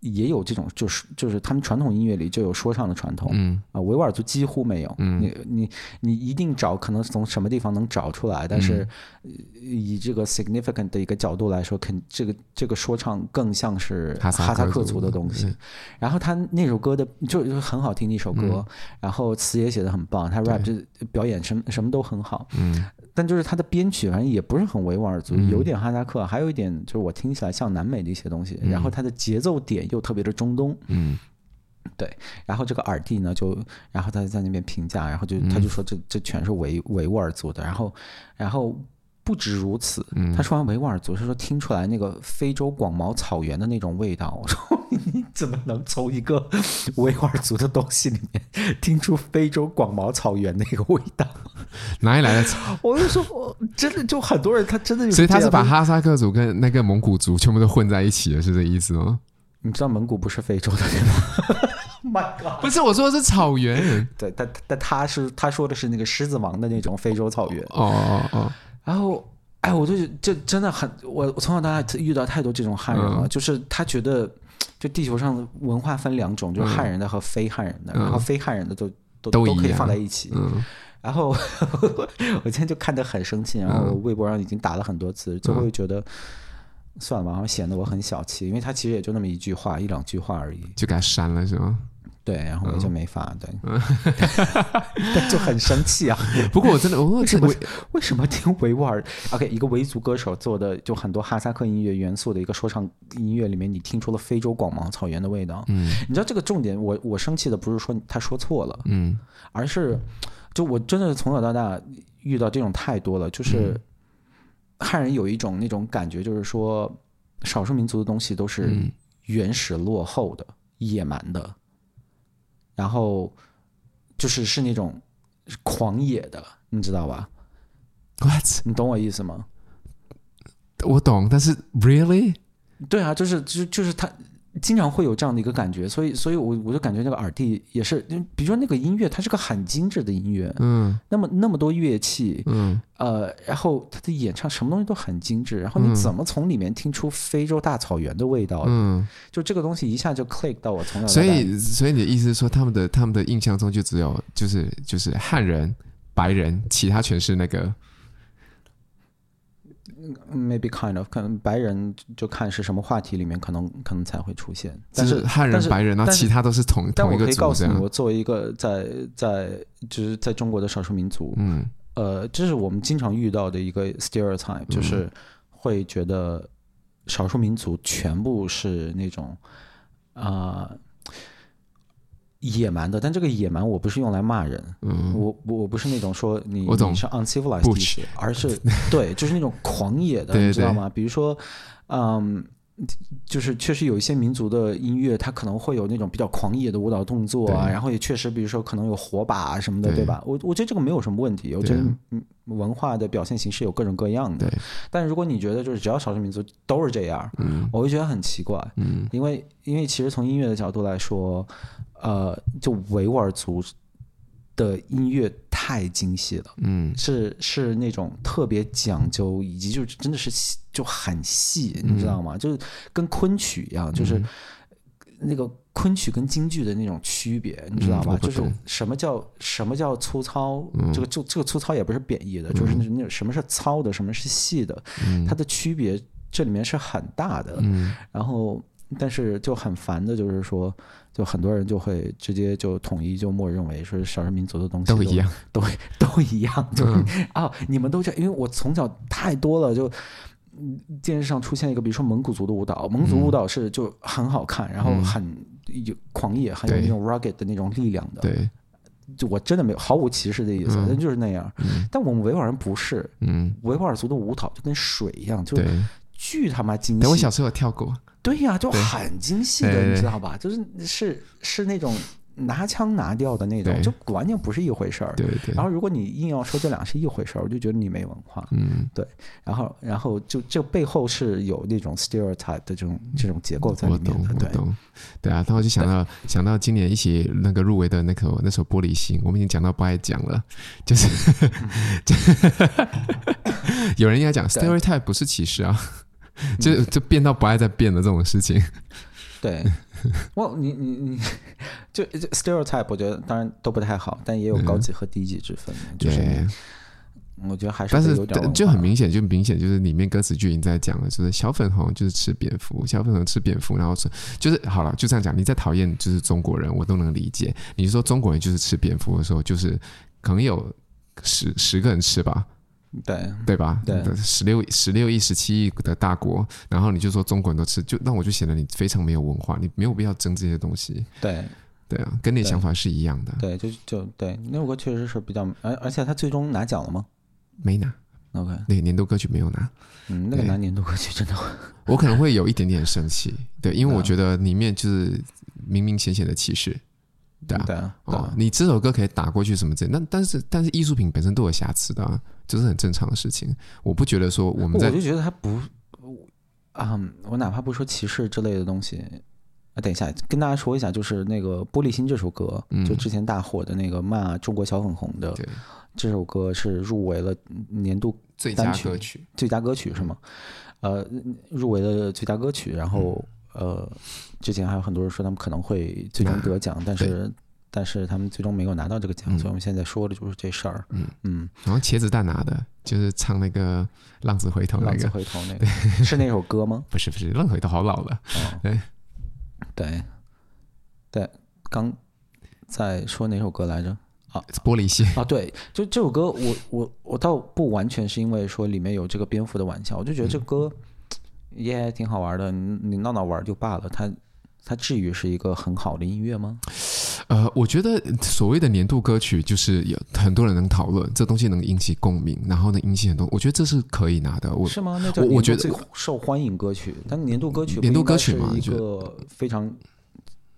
也有这种，就是就是他们传统音乐里就有说唱的传统啊、
嗯
维吾尔族几乎没有。
嗯
你你你一定找，可能从什么地方能找出来，但是
嗯
呃以这个 significant 的一个角度来说，肯这个这个说唱更像是
哈萨克
哈萨克
族
族的
的
东西。然后他那首歌的就就是很好听的一首歌，
嗯
然后词也写的很棒，他 rap 就表演什么什么都很好，
嗯
但就是他的编曲反正也不是很维吾尔族，有点哈萨克，还有一点就是我听起来像南美的一些东西，然后他的节奏点又特别的中东，
嗯
然后这个耳帝呢就，然后他就在那边评价，然后就他就说这这全是维维吾尔族的，然后然后。不止如此，他说完维吾尔族，他说听出来那个非洲广袤草原的那种味道。我说 你怎么能从一个维吾尔族的东西里面听出非洲广袤草原那个味道？
哪里 来的草？
我就说，我真的就很多人他真的有这样，
所以他是把哈萨克族跟那个蒙古族全部都混在一起了，是这意思 吗？
你知道蒙古不是非洲的 对吗？My God！
不是，我说的是草原。
对，但但他是他说的是那个狮子王的那种非洲草原。
哦哦哦，
然后，哎，我就这真的很，我我从小到大遇到太多这种汉人
嗯
了，就是他觉得，就地球上的文化分两种，就是汉人的和非汉人的，然后非汉人的都都
嗯都一
可以
样
放在一起。
嗯
然后 我今天就看得很生气，然后
嗯
微博上已经打了很多次，就会觉得。算了吧，然后显得我很小气，因为他其实也就那么一句话、一两句话而已。
就给他删了是吗？
对，然后我
嗯
就没法、 对，但就很生气啊！
不过我真的，我 我
为什么
我
为什么听维吾尔？OK，一个维族歌手做的就很多哈萨克音乐元素的一个说唱音乐里面，你听出了非洲广袤草原的味道。嗯，你知道这个重点，我我生气的不是说他说错了，
嗯
而是就我真的是从小到大遇到这种太多了，
嗯
就是汉人有一种那种感觉，就是说少数民族的东西都是
嗯
原始、落后的、野蛮的，然后就是是那种狂野的，你知道吧？
，what？
你懂我意思吗？
我懂，但是 really
对啊，就是就就是他经常会有这样的一个感觉，所以所以我我就感觉那个耳帝也是，嗯比如说那个音乐，它是个很精致的音乐，
嗯
那么那么多乐器，
嗯
呃，然后他的演唱什么东西都很精致，然后你
嗯
怎么从里面听出非洲大草原的味道？
嗯，
就这个东西一下就 click 到我从小到大，
所以所以你的意思是说，他们的他们的印象中就只有就是就是汉人、白人，其他全是那个
嗯 maybe kind of 可能白人就看是什么话题里面可能可能才会出现，但
就是是汉
但
人、
是
白人，然后
但是
其他都是同
但
同
我
一个
可以告
族
诉
这
你，
样。
我作为一个在在就是在中国的少数民族，
嗯
呃，这是我们经常遇到的一个 stereotype，就是
嗯
会觉得少数民族全部是那种啊、呃野蛮的，但这个野蛮我不是用来骂人，
嗯，
我我我不是那种说你
我懂
你是 uncivilized
Butch
意识，而是对，就是那种狂野的，
对 对
你知道吗？比如说，嗯。就是确实有一些民族的音乐，它可能会有那种比较狂野的舞蹈动作啊，
对
然后也确实，比如说可能有火把啊什么的，
对
对吧？我我觉得这个没有什么问题，我觉得
对
嗯文化的表现形式有各种各样的
对。
但如果你觉得就是只要少数民族都是这样，
嗯
我会觉得很奇怪。
嗯
因为因为其实从音乐的角度来说，呃，就维吾尔族的音乐太精细了，
嗯
是是那种特别讲究，以及就是真的是细就很细，你知道
嗯
吗？就是跟昆曲一样，就是那个昆曲跟京剧的那种区别，你知
嗯
道
我
吧？
不
就是
懂嗯
什么叫什么叫粗糙，这个就这个粗糙也不是贬义的，就是那种什么是糙的，什么是细的，它的区别这里面是很大的。
嗯
然后，但是就很烦的，就是说，就很多人就会直接就统一就默认为说少数民族的东西
都一样，
都都一样，就是
嗯
啊、你们都这样，因为我从小太多了，就嗯电视上出现一个，比如说蒙古族的舞蹈，蒙古族
嗯
舞蹈是就很好看，然后很有狂野，很有
对
那种 rugged 的那种力量的，
对，
就我真的没有毫无歧视的意思，
嗯
但就是那样。但我们维吾尔人不是，
嗯
维吾尔族的舞蹈就跟水一样，就
对。
巨他妈精细。
等我小时候有跳过，
对呀、就
对
很精细的，
对对
你知
对
道吧？就是是是那种拿腔拿调的那种，
对
就完全不是一回事儿。
对对
然，后如果你硬要说这俩是一回事儿，我就觉得你没文化。
嗯，
然后然后就这背后是有那种 stereotype 的这种这种结构在
我
里面
懂，
的，
我
对。
懂，对啊，然后就想到想到今年一起那个入围的那个那首《玻璃心》，我们已经讲到不爱讲了，就是 有人应该讲 stereotype 不是歧视啊， 就就变到不爱再变的这种事情，
对， 我你你你，就就 stereotype，我觉得当然都不太好，但也有高级和低级之分，就是你
嗯对，
我觉得还是
但
得
是
有点文化
就很明显，就明显就是里面歌词就已经在讲了，就是小粉红就是吃蝙蝠，小粉红吃蝙蝠，然后是就是好了，就这样讲。你在讨厌就是中国人，我都能理解。你说中国人就是吃蝙蝠的时候，就是可能有十十个人吃吧，
对
对吧？
对，
十六十六亿、十七亿的大国，然后你就说中国人都吃，就那我就显得你非常没有文化，你没有必要争这些东西。
对
对啊，跟你的
对
想法是一样的。
对，就就对，那首歌确实是比较，而而且他最终拿奖了吗
没拿，
？OK，
那年度歌曲没有拿。
嗯，那个
对
难年度歌曲真的会，
我可能会有一点点生气，对，因为
对啊
我觉得里面就是明明显显的歧视，对啊，
对啊，对
哦
啊，，
你这首歌可以打过去什么之类，那但是但是艺术品本身都有瑕疵的、啊，这是很正常的事情。我不觉得说我
我
们在
就觉得他不，我啊、我哪怕不说歧视之类的东西。啊，等一下，跟大家说一下，就是那个《玻璃心》这首歌，就之前大火的那个骂中国小粉红的
嗯对
这首歌是入围了年度
最
单
佳
曲
歌曲，
最佳歌曲，是吗？呃，入围了最佳歌曲，然后
嗯
呃，之前还有很多人说他们可能会最终得奖，但是但是他们最终没有拿到这个奖，
嗯
所以我们现在说的就是这事儿。嗯嗯，
然后茄子蛋拿的，就是唱那个《浪子回头》那
浪子
个，
回头 那个是那首歌吗？
不是不是，《浪子回头》好老了，
哦
对，
对，对，刚在说哪首歌来着？
玻璃心，
啊，对，就这首歌我，我我倒不完全是因为说里面有这个蝙蝠的玩笑，我就觉得这歌也挺好玩的，你你闹闹玩儿就罢了，它它至于是一个很好的音乐吗？
呃，我觉得所谓的年度歌曲，就是有很多人能讨论，这东西能引起共鸣，然后能引起很多，我觉得这是可以拿的。我
是吗？那叫
我
年
我
度
觉得
最受欢迎歌曲，但年度歌曲不
年度
应该
歌曲
是
嘛
一
就
个非常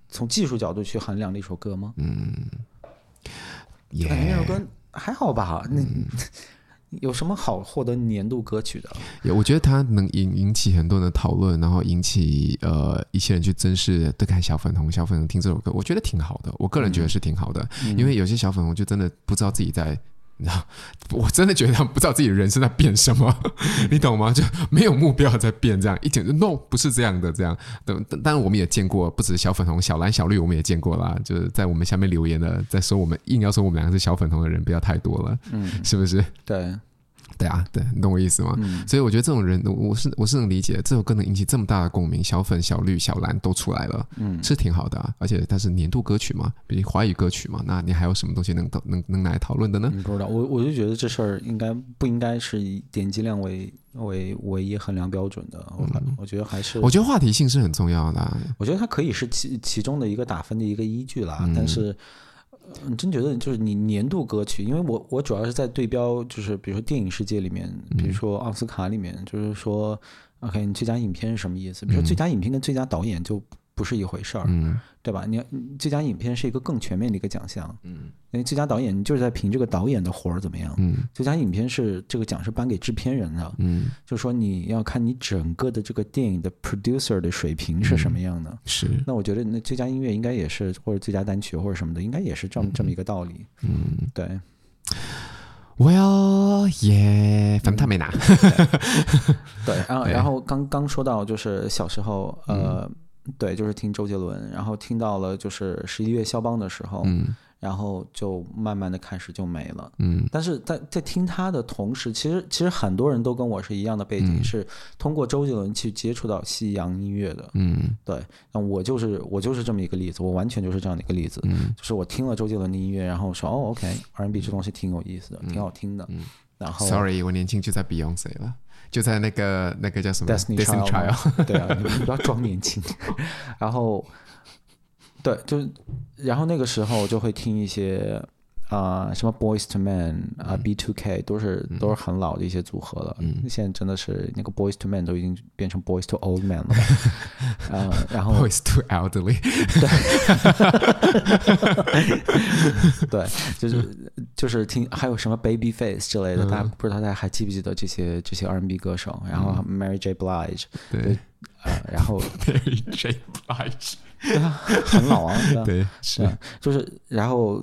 从技术角度去衡量的一首歌吗？
嗯耶
感觉那首歌还好吧？那、
嗯
有什么好获得年度歌曲的？
也我觉得它能引引起很多人的讨论，然后引起呃一些人去珍视，对看小粉红、小粉红听这首歌，我觉得挺好的。我个人觉得是挺好的，因为有些小粉红就真的不知道自己在。 你知道，我真的觉得他们不知道自己的人生在变什么，你懂吗？就没有目标在变，这样一点 no 不是这样的，这样。但但当然我们也见过，不止小粉红、小蓝、小绿，我们也见过啦。就是在我们下面留言的，在说我们硬要说我们两个是小粉红的人，不要太多了，
嗯，
是不是？
对，
对啊，对，你懂我意思吗？
嗯
所以我觉得这种人，我是我是能理解的，这首歌能引起这么大的共鸣，小粉、小绿、小蓝都出来了，
嗯，
是挺好的、啊。而且它是年度歌曲嘛，比如华语歌曲嘛，那你还有什么东西能能能拿来讨论的呢？
嗯不知道，我我就觉得这事儿应该不应该是以点击量为为唯一衡量标准的。我感、
嗯
我觉得还是
我觉得话题性是很重要的啊、
我觉得它可以是其其中的一个打分的一个依据啦，但是。嗯，真觉得就是你年度歌曲，因为我我主要是在对标，就是比如说电影世界里面，比
嗯
如说奥斯卡里面，就是说，OK，你最佳影片是什么意思？比如说最佳影片跟最佳导演就不是一回事儿，
嗯
对吧？你要你最佳影片是一个更全面的一个奖项，嗯，因为最佳导演你就是在评这个导演的活儿怎么样，
嗯
最佳影片是这个奖是颁给制片人的，
嗯，
就是说你要看你整个的这个电影的 producer 的水平
嗯
是什么样的。
是，
那我觉得那最佳音乐应该也是，或者最佳单曲或者什么的，应该也是这么这么一个道理。
嗯
对，
，Well yeah，反正他没拿，
对，然后
对
然后刚刚说到就是小时候，呃，
嗯
对，就是听周杰伦，然后听到了就是十一月肖邦的时候，
嗯
然后就慢慢的开始就没了。
嗯
但是在在听他的同时，其实其实很多人都跟我是一样的背
嗯
景，是通过周杰伦去接触到西洋音乐的。
嗯
对，那我就是我就是这么一个例子，我完全就是这样的一个例子，
嗯
就是我听了周杰伦的音乐，然后说哦，OK，R&B 这东西挺有意思的，挺好啊听的，然
嗯
后
，Sorry，我年轻就在 Beyonce 了，就在那个那个叫什么
Destiny Child，
Child，
嘛对啊，你们不要装年轻。 然后，对，就是，然后那个时候就会听一些啊、什么 Boys to Men 啊、B Two K 都是、都是很老的一些组合了。
嗯
现在真的是那个 Boys to Men 都已经变成 Boys to Old Men 了。呃，然后
Boys too elderly，
对，就是就是听还有什么 Baby Face 之类的，大家不知道大家还记不记得这些这些 R&B 歌手？然后 Mary J. Blige，
对
呃，然后
，Mary J. Blige，
对啊，很老啊，对啊
对，是
对，就是然后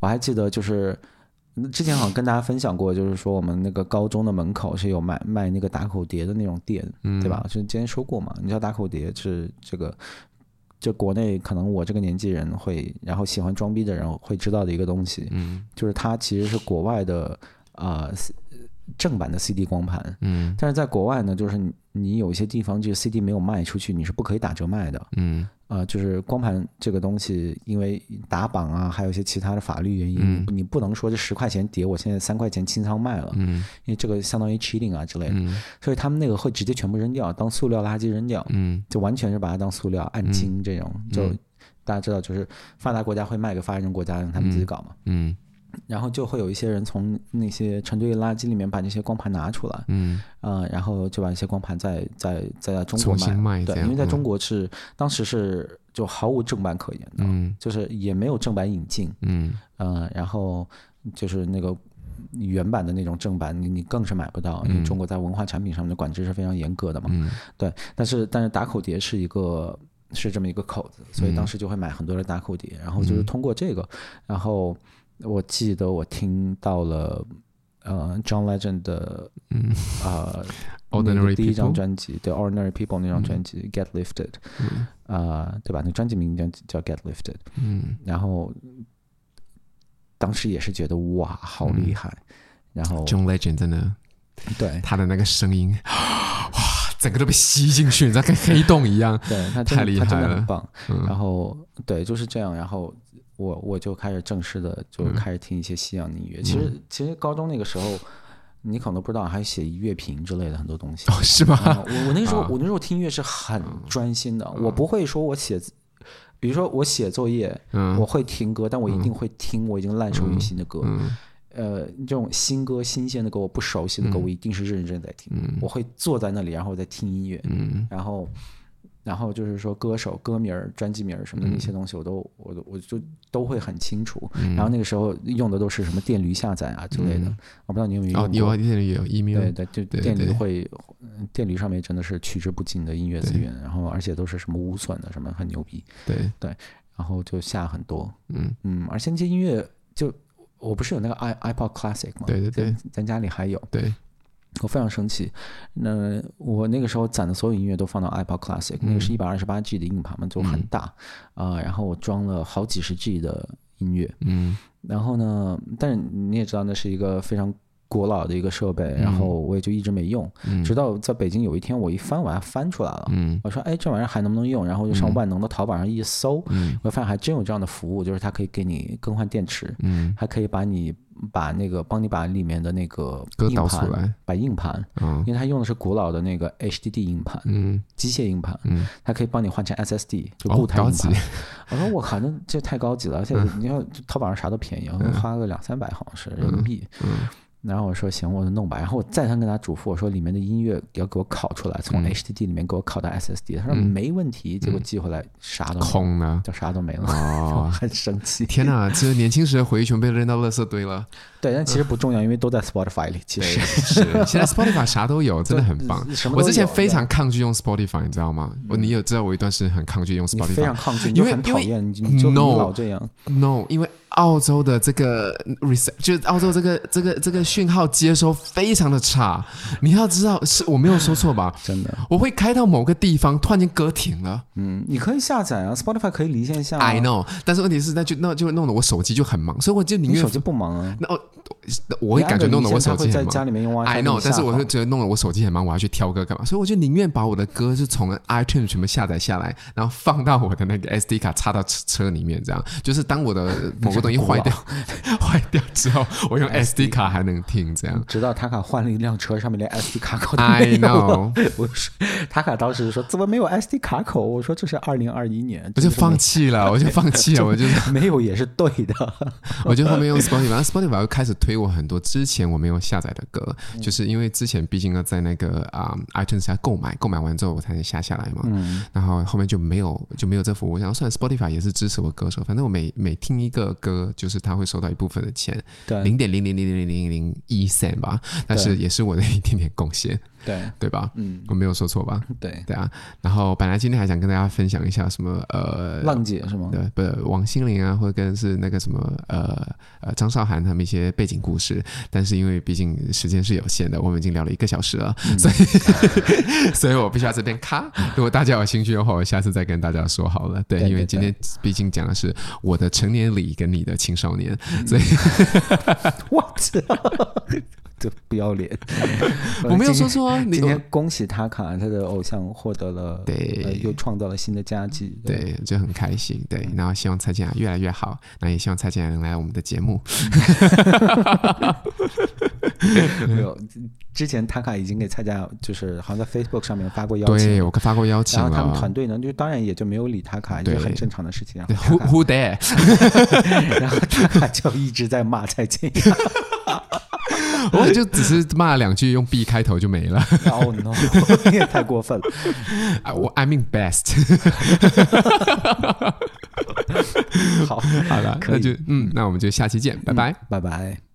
我还记得就是。嗯之前好像跟大家分享过，就是说我们那个高中的门口是有卖卖那个打口碟的那种店，
嗯
对吧？就之前说过嘛，你知道打口碟是这个，就国内可能我这个年纪人会，然后喜欢装逼的人会知道的一个东西，
嗯
就是它其实是国外的呃 C- 正版的 CD 光盘，
嗯
但是在国外呢，就是你你有一些地方这个 CD 没有卖出去，你是不可以打折卖的，
嗯
呃，就是光盘这个东西，因为打榜啊，还有一些其他的法律原因，
嗯
你不你不能说这十块钱碟，我现在三块钱清仓卖了，
嗯
因为这个相当于 cheating 啊之类的，
嗯
所以他们那个会直接全部扔掉，当塑料垃圾扔掉，
嗯
就完全是把它当塑料按斤这种，就大家知道，就是发达国家会卖给发展中国家，让他们自己搞嘛，
嗯
然后就会有一些人从那些成堆的垃圾里面把这些光盘拿出来，
嗯
呃，然后就把一些光盘再再再在中国
重新卖这
对，
样
因为在
嗯
中国是当时是就毫无正版可言的，
嗯
就是也没有正版引进，
嗯
呃，然后就是那个原版的那种正版，你你更是买不到，因为中国在文化产品上面的管制是非常严格的嘛。
嗯
对，但是但是打口碟是一个是这么一个口子，所以
嗯
当时就会买很多的打口碟，然后就是通过这个，然后我记得我听到了呃 John Legend 的
嗯
呃那个
，Ordinary
第一张
people，
专辑，对 Ordinary People 那张专辑、Get Lifted，
嗯
啊、对吧？那专辑名叫叫 Get Lifted，
嗯
然后当时也是觉得哇，好厉害。然后
，John Legend 嗯真的，
对
他的那个声音，哇，整个都被吸进去，你知道跟黑洞一样。
对，他真的
太厉
他真
害
的
了
很棒。
嗯
然后对，就是这样。然后我我就开始正式的就
嗯
开始听一些西洋音乐。其实其实高中那个时候，你可能都不知道，还写乐评之类的很多 东西。
哦，是吗？嗯
啊我我那时候我那时候听音乐是很专心的，我不会说我写字比如说我写作业，
嗯
我会听歌，但我一定会听我已经烂熟于心的歌。
嗯
呃，这种新歌、新鲜的歌，我不熟悉的
嗯
歌，我一定是认真在听。我会坐在那里，然后我在听音乐，
嗯
然后，然后就是说歌手、歌名儿、专辑名儿什么的那
嗯
些东西，我都我都我就都会很清楚。然后那个时候用的都是什么电驴下载啊之类的，我不知道你有没有用
哦
过。，
有啊，那里有 email，
对对，就
对
电驴
对
会，嗯电驴上面真的是取之不尽的音乐资源，然后而且都是什么无损的，什么很牛逼，
对，
然后就下很多，
嗯
嗯，而且那些音乐就我不是有那个 i iPod Classic 吗？
对对对
咱，咱家里还有，
对，
我非常生气。那我那个时候攒的所有音乐都放到 iPod Classic，、那
嗯
个是一百二十八 G 的硬盘嘛，就很大啊、然后我装了好几十 G 的音乐，
嗯
然后呢，但是你也知道那是一个非常古老的一个设备，然后我也就一直没用，
嗯
直到在北京有一天我一翻，我还翻出来了。
嗯
我说，哎，这玩意儿还能不能用？然后就上万能的淘宝上一搜，
嗯
我发现还真有这样的服务，就是它可以给你更换电池，
嗯，
还可以把你把那个帮你把里面的那个
歌
硬
导出
盘，
来，
把硬盘，
嗯
因为它用的是古老的那个 HDD 硬盘，
嗯
机械硬盘，
嗯，
它可以帮你换成 SSD，就
哦
固态
高
硬
级嗯
盘。我说我靠，那这太高级了，而且你要淘宝上啥都便宜，我花个两三百好像是人民币。
嗯
然后我说行，我就弄吧。然后我再三跟他嘱咐，我说里面的音乐要给我拷出来，
嗯
从 HDD 里面给我拷到 SSD。他说没问题，结果寄回来啥都没有，
空了，
就啥都没了，
嗯 哦，
很生气。
天哪，这年轻时的回忆全被扔到垃圾堆了。
对，但其实不重要，因为都在 Spotify 里。其实
是，现在 Spotify 啥都有，真的很棒
就什。么都
我之前
有嗯
非常抗拒用 Spotify，你知道吗？我你有知道我有一段时间很抗拒用
你非
Spotify
常。抗拒，你
因
就
为
很
因
讨
为
厌，你你就你
No
老这样。
No，因为澳洲的这个 rece 就是澳洲这个这个这个讯号接收非常的差。你要知道，是我没有说错吧？
真的，
我会开到某个地方，突然间歌停了。
嗯，你可以下载啊，Spotify 可以离线下、啊。
I know，但是问题是，那就那就弄得我手机就很忙，所以我就宁
你
愿
手机不忙啊？
那我我会感觉弄得我手机
你按着离线它
很
会在家
忙。
里面用 WiFi 给
I
你
know，但是
下
我
好
就觉得弄得我手机很忙，我要去挑歌干嘛？所以我就宁愿把我的歌是从 iTunes 全部下载下来，然后放到我的那 个 SD 卡插到车车里面，这样就是当我的 某个东西坏掉坏掉之后，我用 SD 卡还能听这 样。
直到塔卡换了一辆车，上面连 SD 卡口都没
I
有了。
know，
我说塔卡当时说怎么没有 SD 卡口？我说这是二零二一年，
我
这
就
个是
放弃了，我就放 弃了，我就
没没有也是对 的。
我觉得后面用 Spotify，然后 Spotify 又开始推我很多之前我没有下载的歌，
嗯
就是因为之前毕竟要在那个啊、iTunes 下购买，购买完之后我才能下下来嘛。
嗯
然后后面就没有就没有这服务。我想算 Spotify 也是支持我歌手，反正我每每听一个歌，就是他会收到一部分的钱，
对
零点零零零零零零一 cent 吧，但是
对
也是我的一点点贡献，
对，
对吧？
嗯
我没有说错吧？
对，
对啊。然后本来今天还想跟大家分享一下什么呃
浪姐是吗？
对，不是王心凌啊，或者跟是那个什么呃呃张韶涵他们一些背景故事，但是因为毕竟时间是有限的，我们已经聊了一个小时了，
嗯
所以 所以我必须要这边咔。如果大家有兴趣的话，我下次再跟大家说好了。对，
对
因为
对
今天毕竟讲的是我的成年礼跟你的青少年，
嗯
所以
我操， 这不要脸！
我没有说错 啊，你
今天。今天恭喜塔卡，他的偶像获得了，
对
呃又创造了新的佳绩。
对，就很开心。对，
嗯
然后希望蔡健雅越来越好，那也希望蔡健雅能来我们的节目。
没有，之前塔卡已经给蔡家就是好像在 Facebook 上面发过邀请，
对我发过邀请
然后
了，
他们团队呢，就当然也就没有理塔卡，
对
也很正常的事情。然
对
后
Who
塔
Who Dare？
卡，然后塔卡就一直在骂蔡健雅。
我就只是骂了两句，用 B 开头就没了。
Oh no！你也太过分了。
啊我 I mean best。
好，
好了，
可
那
以
就嗯，那我们就下期见，拜拜。
拜拜。